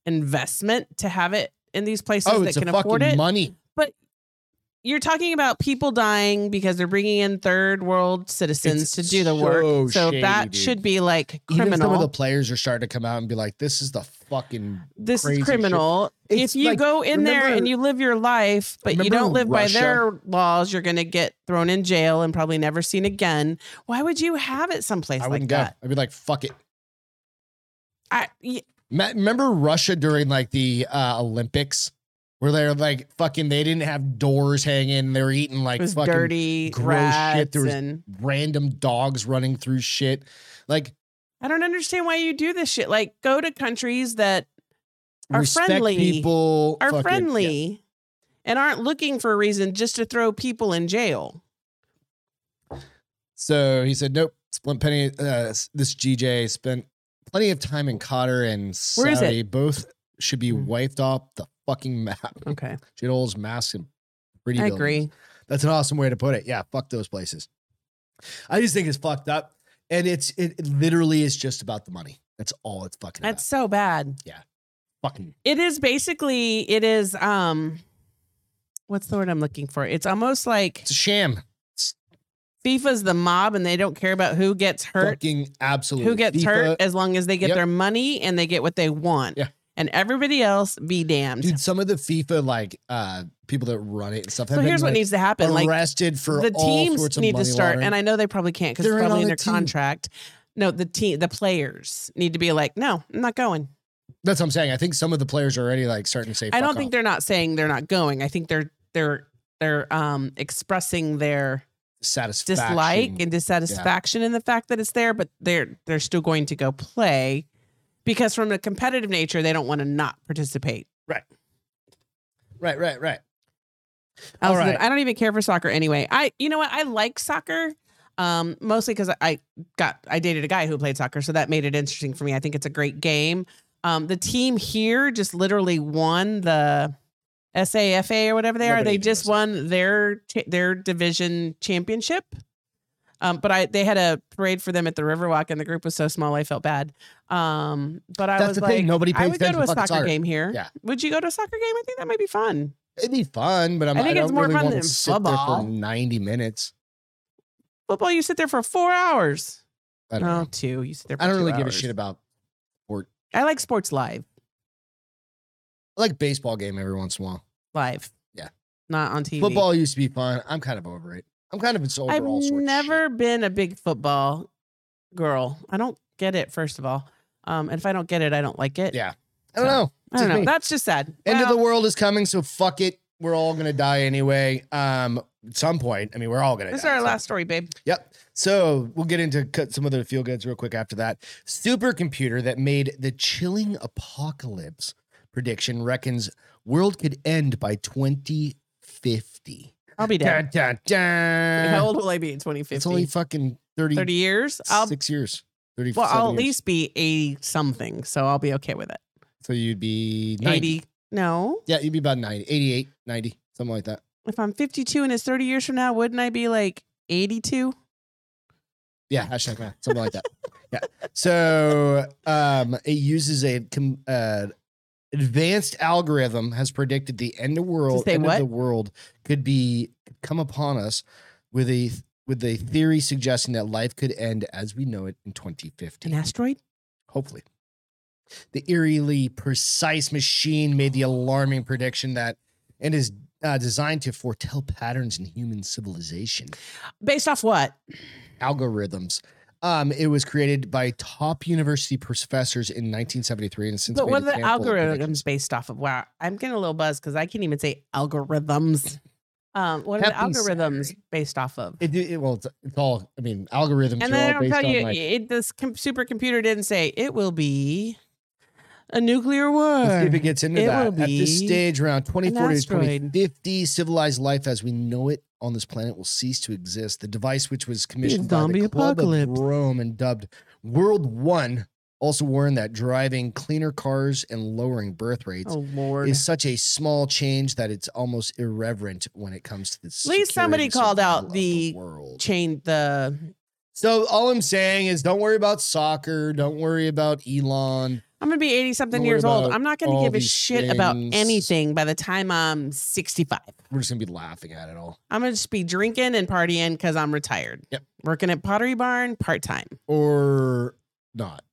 A: investment to have it in these places
B: oh,
A: that
B: it's a
A: can
B: fucking
A: afford it.
B: money.
A: You're talking about people dying because they're bringing in third world citizens
B: It's
A: to do the
B: so
A: work. So
B: shady,
A: that
B: dude.
A: should be like
B: Even some
A: criminal.
B: of the players are starting to come out and be like, "This is the fucking."
A: this
B: crazy
A: is
B: shit.
A: criminal. If
B: It's
A: you
B: like-
A: go in there and
B: remember-
A: you live your life, but you
B: remember
A: don't live by
B: Russia?
A: their laws, you're going to get thrown in jail and probably never seen again. Why would you have it someplace
B: I
A: like
B: wouldn't
A: that?
B: go. I'd be like, "Fuck it."
A: I, y-
B: Ma- Remember Russia during like the uh, Olympics, where they're like fucking they didn't have doors hanging. They were eating like
A: it was
B: fucking
A: dirty,
B: gross
A: rats,
B: shit. There was-
A: and
B: random dogs running through shit. Like
A: I don't understand why you do this shit. Like, go to countries that Are
B: respect
A: friendly.
B: people
A: are
B: fucking-
A: friendly
B: Yeah.
A: and aren't looking for a reason just to throw people in jail.
B: So he said, "Nope." Spent penny. Uh, s- this GJ spent plenty of time in Qatar and
A: Where
B: Saudi.
A: is it?
B: Both should be
A: Mm.
B: wiped off the fucking *laughs* map.
A: Okay,
B: Shit holds masks and pretty.
A: Mm. I
B: buildings.
A: agree.
B: That's an awesome way to put it. Yeah, fuck those places. I just think it's fucked up, and it's it, it literally is just about the money. That's all it's fucking
A: That's so bad.
B: about. Fucking
A: It is basically it is um, what's the word I'm looking for? It's almost like
B: it's a sham.
A: FIFA's the mob, and they don't care about who gets hurt,
B: Fucking absolutely.
A: who gets
B: FIFA-
A: hurt, as long as they get
B: Yep.
A: their money and they get what they want.
B: Yeah.
A: And everybody else be damned.
B: Dude, some of the FIFA like uh people that run it and stuff.
A: so here's what needs to happen. Like
B: arrested for
A: the
B: all
A: teams
B: sorts of
A: need to
B: money
A: start,
B: laundering.
A: and I know they probably can't because
B: They're
A: it's
B: in
A: probably
B: on
A: in
B: the
A: their
B: team.
A: contract. No, the team, the players need to be like, no, I'm not going.
B: That's what I'm saying. I think some of the players are already like starting to say.
A: I don't
B: "Fuck
A: think
B: off."
A: they're not saying they're not going. I think they're they're they're um expressing their
B: satisfaction.
A: dislike and dissatisfaction in the fact that it's there, but they're they're still going to go play because from a competitive nature, they don't want to not participate.
B: right, right, right.
A: I
B: All
A: also-
B: right.
A: I don't even care for soccer anyway. I you know what? I like soccer. Um, mostly because I got I dated a guy who played soccer, so that made it interesting for me. I think it's a great game. Um, the team here just literally won the SAFA or whatever they are.
B: Nobody
A: They
B: even
A: just
B: knows.
A: won their cha- their division championship. Um, but I they had a parade for them at the Riverwalk, and the group was so small I felt bad. Um, but I
B: That's
A: was
B: the
A: like,
B: thing. Nobody
A: I
B: pays
A: would go
B: attention
A: to a
B: to fucking
A: soccer,
B: soccer.
A: game here.
B: Yeah.
A: Would you go to a soccer game? I think that might be fun.
B: It'd be fun, but I'm,
A: I
B: I
A: think it's
B: don't
A: more
B: really
A: fun
B: want
A: than
B: to sit there for
A: football.
B: 90 minutes.
A: Football, you sit there for four hours.
B: I don't,
A: No,
B: know.
A: Oh, two. You sit there. For
B: I don't
A: two
B: really give a
A: hours.
B: shit about.
A: I like sports live,
B: I like baseball game every once in a while.
A: live.
B: Yeah.
A: not on TV.
B: Football used to be fun. I'm kind of over it. I'm kind of over
A: I've
B: all sorts. of shit.
A: never been a big football girl. I don't get it. First of all, um, and if I don't get it, I don't like it.
B: Yeah, I don't know.
A: I don't
B: just
A: know.
B: me.
A: That's just sad.
B: End of
A: Well,
B: the world is coming, so fuck it. We're all gonna die anyway. Um, at some point. I mean, we're all gonna.
A: This is
B: die.
A: our
B: so-
A: last story, babe.
B: Yep. So we'll get into cut some of the feel goods real quick after that. Supercomputer that made the chilling apocalypse prediction reckons world could end by 2050.
A: I'll be dead.
B: Dun, dun, dun.
A: How old will I be in 2050?
B: It's only fucking 30,
A: 30 years. I'll
B: 36 years. 30,
A: well, I'll at
B: years.
A: least be 80 something, so I'll be okay with it.
B: So you'd be 90.
A: 80. No,
B: Yeah, you'd be about 90, 88, 90, something like that.
A: if I'm 52 and it's 30 years from now, wouldn't I be like 82?
B: Yeah, hashtag math, something like that. Yeah. So um, it uses a com- uh, advanced algorithm has predicted the end of world.
A: say
B: end
A: what?
B: of the world could be come upon us with a with a theory suggesting that life could end as we know it in
A: An
B: 2050.
A: asteroid?
B: Hopefully. The eerily precise machine made the alarming prediction that and is uh, designed to foretell patterns in human civilization
A: Based off what?
B: algorithms. Um, it was created by top university professors in 1973, and since
A: But
B: made
A: what are the
B: a handful of predictions.
A: algorithms based off of? Wow, I'm getting a little buzz because I can't even say *laughs* algorithms. Um, what are
B: Happy
A: the algorithms based off of?
B: It, it, well, it's, it's all. I mean, algorithms
A: And
B: are
A: then
B: all
A: I'll
B: based
A: tell
B: on
A: you, e-,
B: like
A: it, this com- supercomputer didn't say it will be a nuclear war.
B: Let's see if it gets into
A: uh, It
B: that.
A: will
B: At this
A: be
B: stage, around 2040 to
A: asteroid.
B: 2050, civilized life as we know it on this planet will cease to exist. The device, which was commissioned by
A: zombie
B: the Club
A: apocalypse.
B: of Rome and dubbed World One, also warned that driving cleaner cars and lowering birth
A: *laughs*
B: rates
A: oh Lord!
B: is such a small change that it's almost irreverent when it comes to the
A: least somebody
B: security
A: called out
B: survival of
A: the
B: world.
A: Chain the
B: So all I'm saying is, don't worry about soccer. Don't worry about Elon.
A: I'm gonna be 80 something
B: Don't worry
A: years old.
B: about
A: I'm not gonna
B: all
A: give a
B: these
A: shit about
B: things.
A: anything by the time I'm 65.
B: We're just gonna be laughing at it all,
A: I'm gonna just be drinking and partying because I'm retired.
B: Yep.
A: Working at Pottery Barn part time.
B: or not.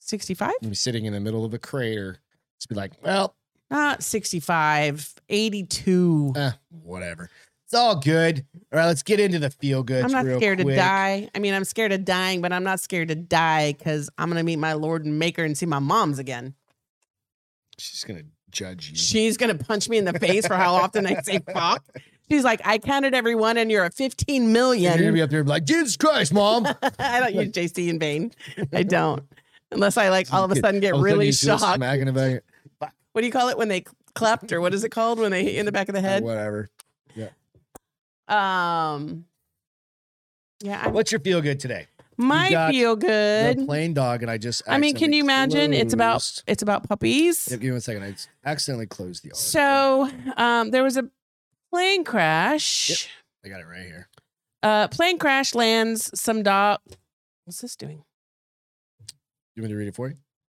A: 65?
B: We'll be sitting in the middle of a crater. Just be like, well,
A: Not 65, 82.
B: eh, whatever. It's all good. All right, let's get into the feel good.
A: I'm not
B: real
A: scared
B: quick.
A: to die. I mean, I'm scared of dying, but I'm not scared to die because I'm gonna meet my Lord and Maker and see my mom's again.
B: She's gonna judge you.
A: She's gonna punch me in the face for how often I say fuck. She's like, I counted everyone, and you're a 15 *laughs*
B: You're gonna
A: million.
B: be up there and be like, Jesus
A: *laughs*
B: Christ, mom.
A: I don't use JC in vain. I don't, unless I like all of a
B: Get-
A: sudden get
B: all of a sudden
A: really
B: you see the
A: shocked.
B: smack in the back-
A: What do you call it when they clapped, or what is it called when they hit you in the back of the head?
B: Whatever.
A: Um, yeah, I,
B: What's your feel good today?
A: might
B: got
A: feel
B: The
A: good.
B: plain dog, and I just.
A: I mean, can
B: accidentally
A: you imagine? It's about
B: closed-
A: it's about puppies.
B: Yep, give me one second. I just accidentally closed the. article.
A: So um, there was a plane crash.
B: I got it right here.
A: Uh, plane crash lands some dog. What's this doing?
B: You want me to read it for you?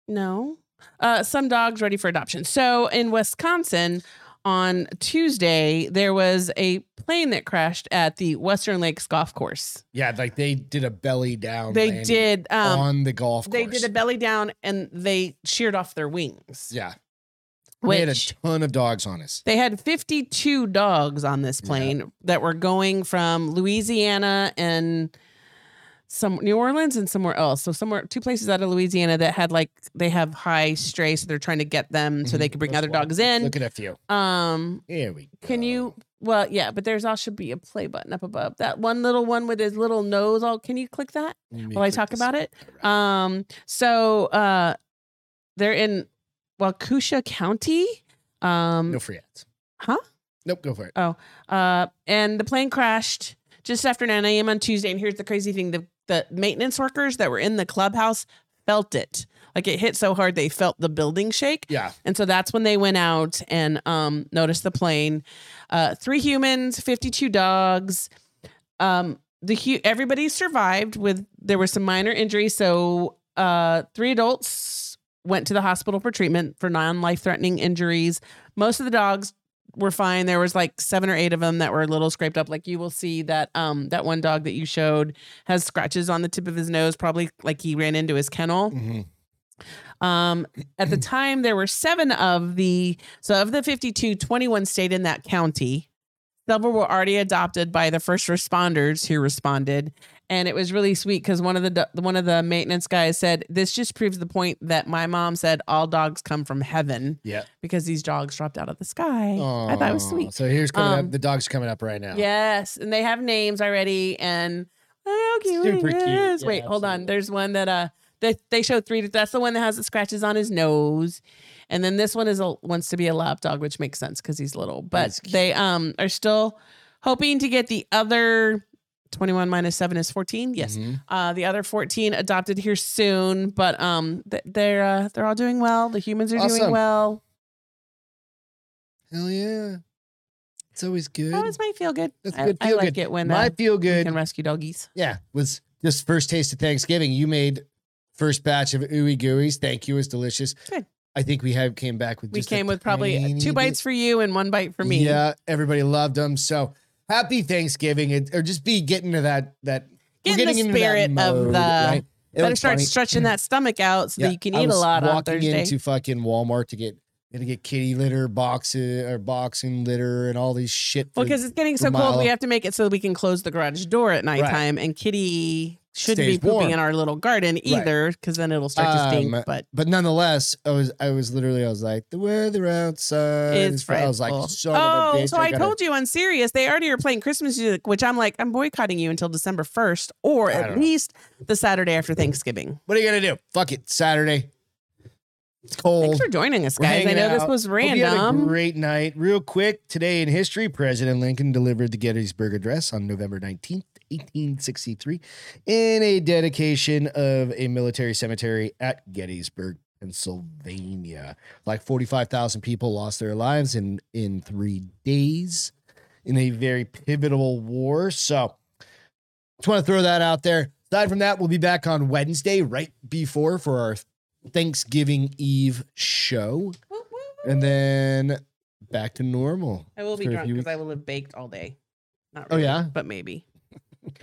A: No. Uh, some dogs ready for adoption. So in Wisconsin on Tuesday, there was a plane that crashed at the Western Lakes Golf Course.
B: Yeah, like they did a belly down.
A: They
B: landing
A: did. Um,
B: on the golf course.
A: they did a belly down and they sheared off their wings.
B: yeah. we had a
A: Which
B: ton of dogs on us.
A: They had 52 dogs on this
B: Yeah.
A: plane that were going from Louisiana and some New Orleans and somewhere else. So somewhere two places out of Louisiana that had like they have high stray, so they're trying to get them so they
B: Mhm.
A: could bring
B: Let's
A: other
B: walk-
A: dogs
B: let's
A: in.
B: Look at a few.
A: Um,
B: Here we. Go.
A: can you? Well, yeah, but there's also should be a play button up above that one little one with his little nose. All can you click that? while I talk about it. Um, so uh, they're in Waukesha County. Um,
B: no free ads.
A: Huh?
B: Nope. Go for it.
A: uh, and the plane crashed just after 9 a.m. on Tuesday. And here's the crazy thing the, the maintenance workers that were in the clubhouse felt it. Like it hit so hard, they felt the building shake.
B: Yeah.
A: And so that's when they went out and um, noticed the plane. Uh, three humans, 52 dogs. Um, the hu- everybody survived with there were some minor injuries. So uh, three adults went to the hospital for treatment for non-life threatening injuries. Most of the dogs were fine. There was like seven or eight of them that were a little scraped up. Like you will see that um, that one dog that you showed has scratches on the tip of his nose, probably like he ran into his kennel.
B: Mhm.
A: Um, at the time, there were seven of the, so of the 52, 21 stayed in that county. Several were already adopted by the first responders who responded. And it was really sweet because one of the do- one of the maintenance guys said, "This just proves the point that my mom said all dogs come from heaven
B: Yeah.
A: because these dogs dropped out of the sky." I thought it was
B: Aw,
A: sweet.
B: So here's coming
A: Um,
B: up. The dog's coming up right now.
A: Yes, and they have names already, and oh, how cute
B: Super
A: it
B: cute.
A: is.
B: Yeah,
A: Wait, hold on.
B: absolutely.
A: There's one that uh they they show three. That's the one that has the scratches on his nose, and then this one is a, wants to be a lap dog, which makes sense because he's little. But
B: That's cute.
A: they um are still hoping to get the other. 21 minus 7 is 14 yes
B: Mhm.
A: uh the other 14 adopted here soon but um th- they're uh, they're all doing well the humans are doing
B: Awesome.
A: well
B: Hell yeah. It's always good.
A: that was my feel good
B: That's
A: I,
B: good
A: I
B: feel
A: like
B: good.
A: it when
B: my
A: uh,
B: feel
A: you
B: good
A: can rescue doggies
B: Yeah, was just first taste of Thanksgiving. You made first batch of ooey gooeys. Thank you. It was delicious.
A: Good.
B: I think we have came back with
A: we
B: just a
A: came with probably uh,
B: tiny
A: two
B: bit-
A: bites for you and one bite for me.
B: Yeah, everybody loved them. So happy Thanksgiving, and- or just be getting to that that we're
A: Get in the
B: getting into that
A: spirit of
B: mode,
A: the-
B: right? It
A: Better
B: was
A: start
B: funny.
A: stretching that stomach out so
B: Yeah,
A: that you can
B: I
A: eat a
B: was
A: lot on
B: walking
A: Thursday.
B: into fucking Walmart to get to get kitty litter boxes or boxing litter and all these shit.
A: well,
B: for-
A: because it's getting so
B: for
A: cold, we
B: Milo.
A: have to make it so that we can close the garage door at nighttime. And Kitty shouldn't be
B: Stays
A: pooping
B: warm.
A: in our little garden either, because then it'll start to stink.
B: Um,
A: but
B: But nonetheless, I was I was literally I was like the weather outside.
A: it's
B: is fr-" I was like,
A: frightful.
B: "Son of
A: oh,
B: a bitch,
A: so I,
B: gotta-"
A: told you on Sirius they already are playing Christmas music, which I'm like, I'm boycotting you until December first, or
B: I
A: at
B: don't know.
A: least the Saturday after Thanksgiving.
B: What are you gonna do? Fuck it, Saturday. It's cold.
A: Thanks for joining us,
B: We're
A: guys. I
B: hanging
A: know this
B: out.
A: was
B: Hope you had a
A: random.
B: great night. Real quick, today in history, President Lincoln delivered the Gettysburg Address on November 19th, 1863, in a dedication of a military cemetery at Gettysburg, Pennsylvania. Like 45,000 people lost their lives in, in three days in a very pivotal war. So Just want to throw that out there. Aside from that, we'll be back on Wednesday, right before for our Thanksgiving Eve show,
A: Woo, woo, woo.
B: and then back to normal.
A: I will be
B: for a
A: drunk
B: few
A: because
B: weeks.
A: I will have baked all day. Not
B: Oh,
A: really,
B: yeah?
A: but
B: *laughs*
A: maybe.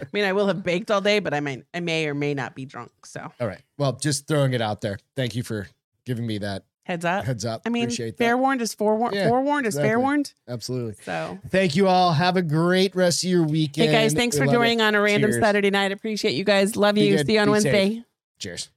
A: I mean, I will have baked all day, but I might, I may or may not be drunk. So
B: All right. Well, just throwing it out there. Thank you for giving me that
A: heads up.
B: heads up.
A: Uh, I mean,
B: appreciate
A: fair
B: that.
A: warned is forewarned.
B: Yeah,
A: forewarned is fair
B: exactly.
A: warned.
B: Absolutely.
A: So,
B: Thank you all. Have a great rest of your weekend.
A: hey guys, thanks
B: We
A: for
B: love you.
A: joining on a random
B: Cheers.
A: Saturday night. Appreciate you guys. Love
B: Be
A: you.
B: good.
A: See you on
B: Be safe.
A: Wednesday.
B: Cheers.